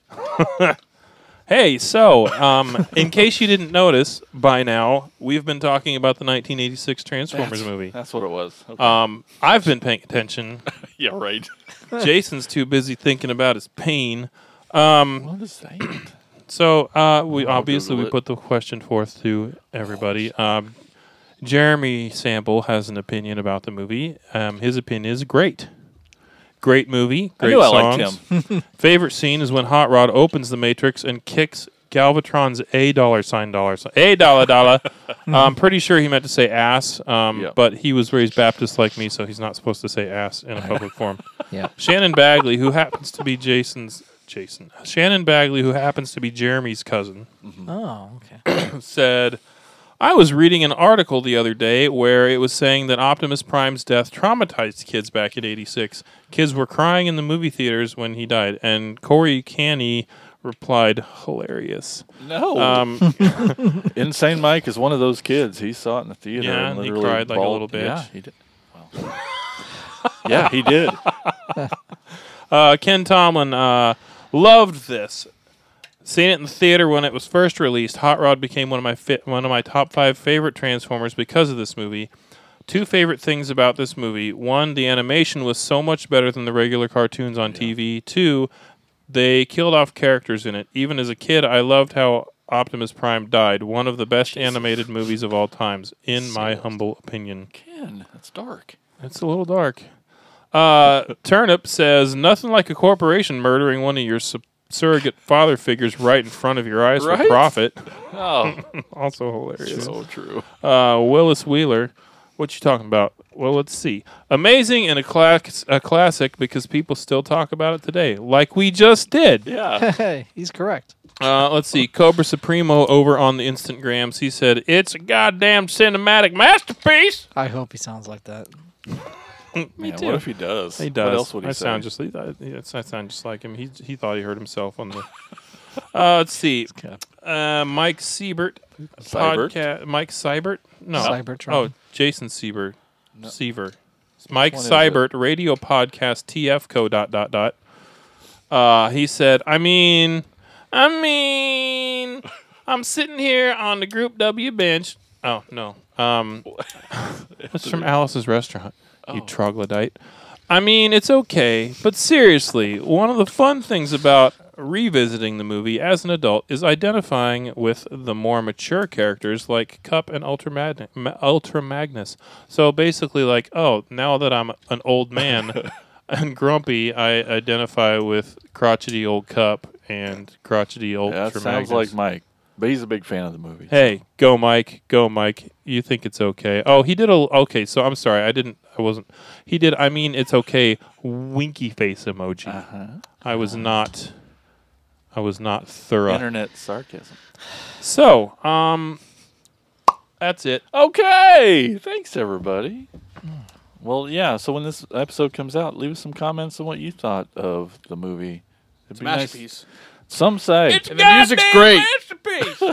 Hey, so um, in case you didn't notice by now, we've been talking about the 1986 Transformers movie. That's what it was. Okay. Um, I've been paying *laughs* attention. Uh, yeah, right. Jason's too busy thinking about his pain. Um, what is that? So uh, we obviously Google we it. put the question forth to everybody. Um, Jeremy Sample has an opinion about the movie. Um, his opinion is great. Great movie. I Great knew I songs. liked *laughs* Favorite scene is when Hot Rod opens the Matrix and kicks Galvatron's a dollar sign dollar sign a *laughs* dollar dollar. I'm pretty sure he meant to say ass, um, Yeah. but he was raised Baptist like me, so he's not supposed to say ass in a public *laughs* forum. Yeah. Shannon Bagley, who happens to be Jason's Jason, Mm-hmm. Shannon Bagley, who happens to be Jeremy's cousin, Oh, okay. *coughs* said, I was reading an article the other day where it was saying that Optimus Prime's death traumatized kids back in 86. Kids were crying in the movie theaters when he died, and Corey Canny replied, hilarious. No. Uh, Um, Insane Mike is one of those kids. He saw it in the theater. Yeah, and he literally cried like a bawled- little bitch. Yeah, he did. Well. *laughs* yeah, he *laughs* did. Uh, Ken Tomlin uh, loved this. Seen it in the theater when it was first released. Hot Rod became one of my fi- one of my top five favorite Transformers because of this movie. Two favorite things about this movie: one, the animation was so much better than the regular cartoons on TV. Two, they killed off characters in it. Even as a kid, I loved how Optimus Prime died. One of the best animated movies of all times, in my humble opinion. Ken, that's dark. It's a little dark. Uh, Turnip says nothing like a corporation murdering one of your su- surrogate father figures right in front of your eyes for Right? profit. *laughs* Oh, Also hilarious. so true. Uh, Willis Wheeler, what you talking about? Well, let's see. Amazing and a, class- a classic because people still talk about it today, like we just did. Yeah. Hey, he's correct. *laughs* Uh, let's see. Cobra Supremo over on the Instagrams. He said it's a goddamn cinematic masterpiece. I hope he sounds like that. Me Man, What if he does? He does. What else would he I say? sound just. I, I sound just like him. He he thought he heard himself *laughs* on the. uh, let's see. Uh, Mike Siebert. Seibert? Podca- Mike Seibert. No. Cybertron. Oh, Jason Siebert. Seaver. It's Mike one is Seibert. Radio podcast TFco dot dot dot. Uh, he said. I mean. I mean. I'm sitting here on the Group W bench. Oh no. Um, *laughs* Oh. it's from Alice's restaurant. You troglodyte. I mean, it's okay, but seriously, one of the fun things about revisiting the movie as an adult is identifying with the more mature characters like Cup and Ultra, Magn- Ma- Ultra Magnus. So basically, like, oh, now that I'm an old *laughs* man and grumpy, I identify with crotchety old Cup and crotchety old Yeah, that Ultra sounds like Magnus. Mike, but he's a big fan of the movie. Hey, go Mike, go Mike. You think it's okay? Oh, he did a okay. So I'm sorry, I didn't. I wasn't. He did. I mean, it's okay. Winky face emoji. Uh-huh. I was not. I was not thorough. Internet sarcasm. So, um, that's it. Okay. Thanks, everybody. Hmm. Well, yeah. So when this episode comes out, leave us some comments on what you thought of the movie. It'd be nice- Masterpiece. Some say And the music's great.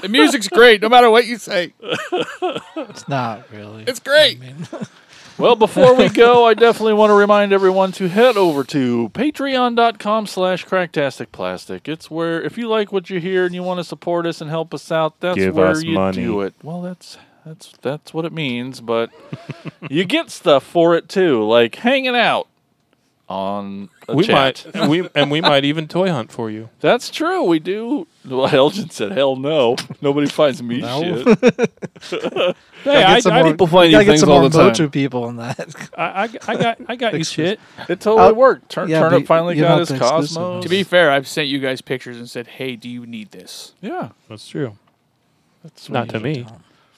The music's great, no matter what you say. It's not really. It's great. Well, before we go, *laughs* I definitely want to remind everyone to head over to patreon.com slash cracktasticplastic. It's where, if you like what you hear and you want to support us and help us out, that's Give where us you money. do it. Well, that's that's that's what it means, but *laughs* you get stuff for it too, like hanging out on a we chat. might. we and we might even toy hunt *laughs* for you. That's true. We do. Well, Elgin said, hell no. Nobody finds me No. *laughs* shit. Hey, I, Get some I, more- people find gotta get you things some all more the time. Motu people in that. *laughs* I, I, I got. I got you Excuse- shit. It totally I'll- worked. Turn, yeah, Turnip but finally you're got not his the exclusive. Cosmos. To be fair, I've sent you guys pictures and said, "Hey, do you need this?" yeah. That's true. That's Not to me.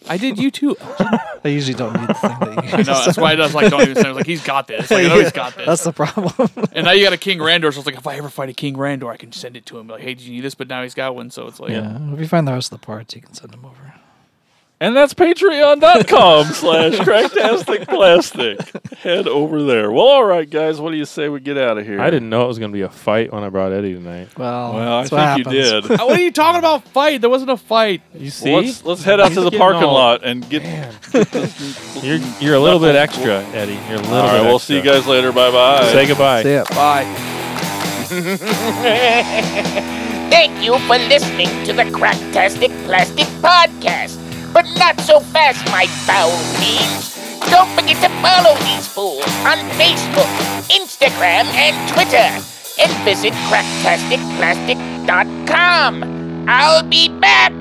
I did you too. I usually don't need the thing that you *laughs* I know that's why I does like don't even say like he's got this. Like, *laughs* I know he's got this. That's the problem. and now you got a King Randor, so it's like if I ever fight a King Randor, I can send it to him. Like, hey, do you need this? But now he's got one, so it's like Yeah, *laughs* if you find the rest of the parts, you can send them over. And that's patreon.com slash cracktastic plastic. Head over there. Well, all right, guys, what do you say we get out of here? I didn't know it was gonna be a fight when I brought Eddie tonight. Well, Well, that's I what think you happens. did. what are you talking about? Fight? There wasn't a fight. You *laughs* see? Well, let's, let's head out to the He's getting parking all- lot and get. You're you're a little bit extra, Eddie. You're a little All right, bit. we'll extra. see you guys later. Bye bye. Say goodbye. See ya. Bye. Thank you for listening to the Cracktastic Plastic Podcast. But not so fast, my foul fiends. Don't forget to follow these fools on Facebook, Instagram, and Twitter. And visit cracktasticplastic.com. I'll be back.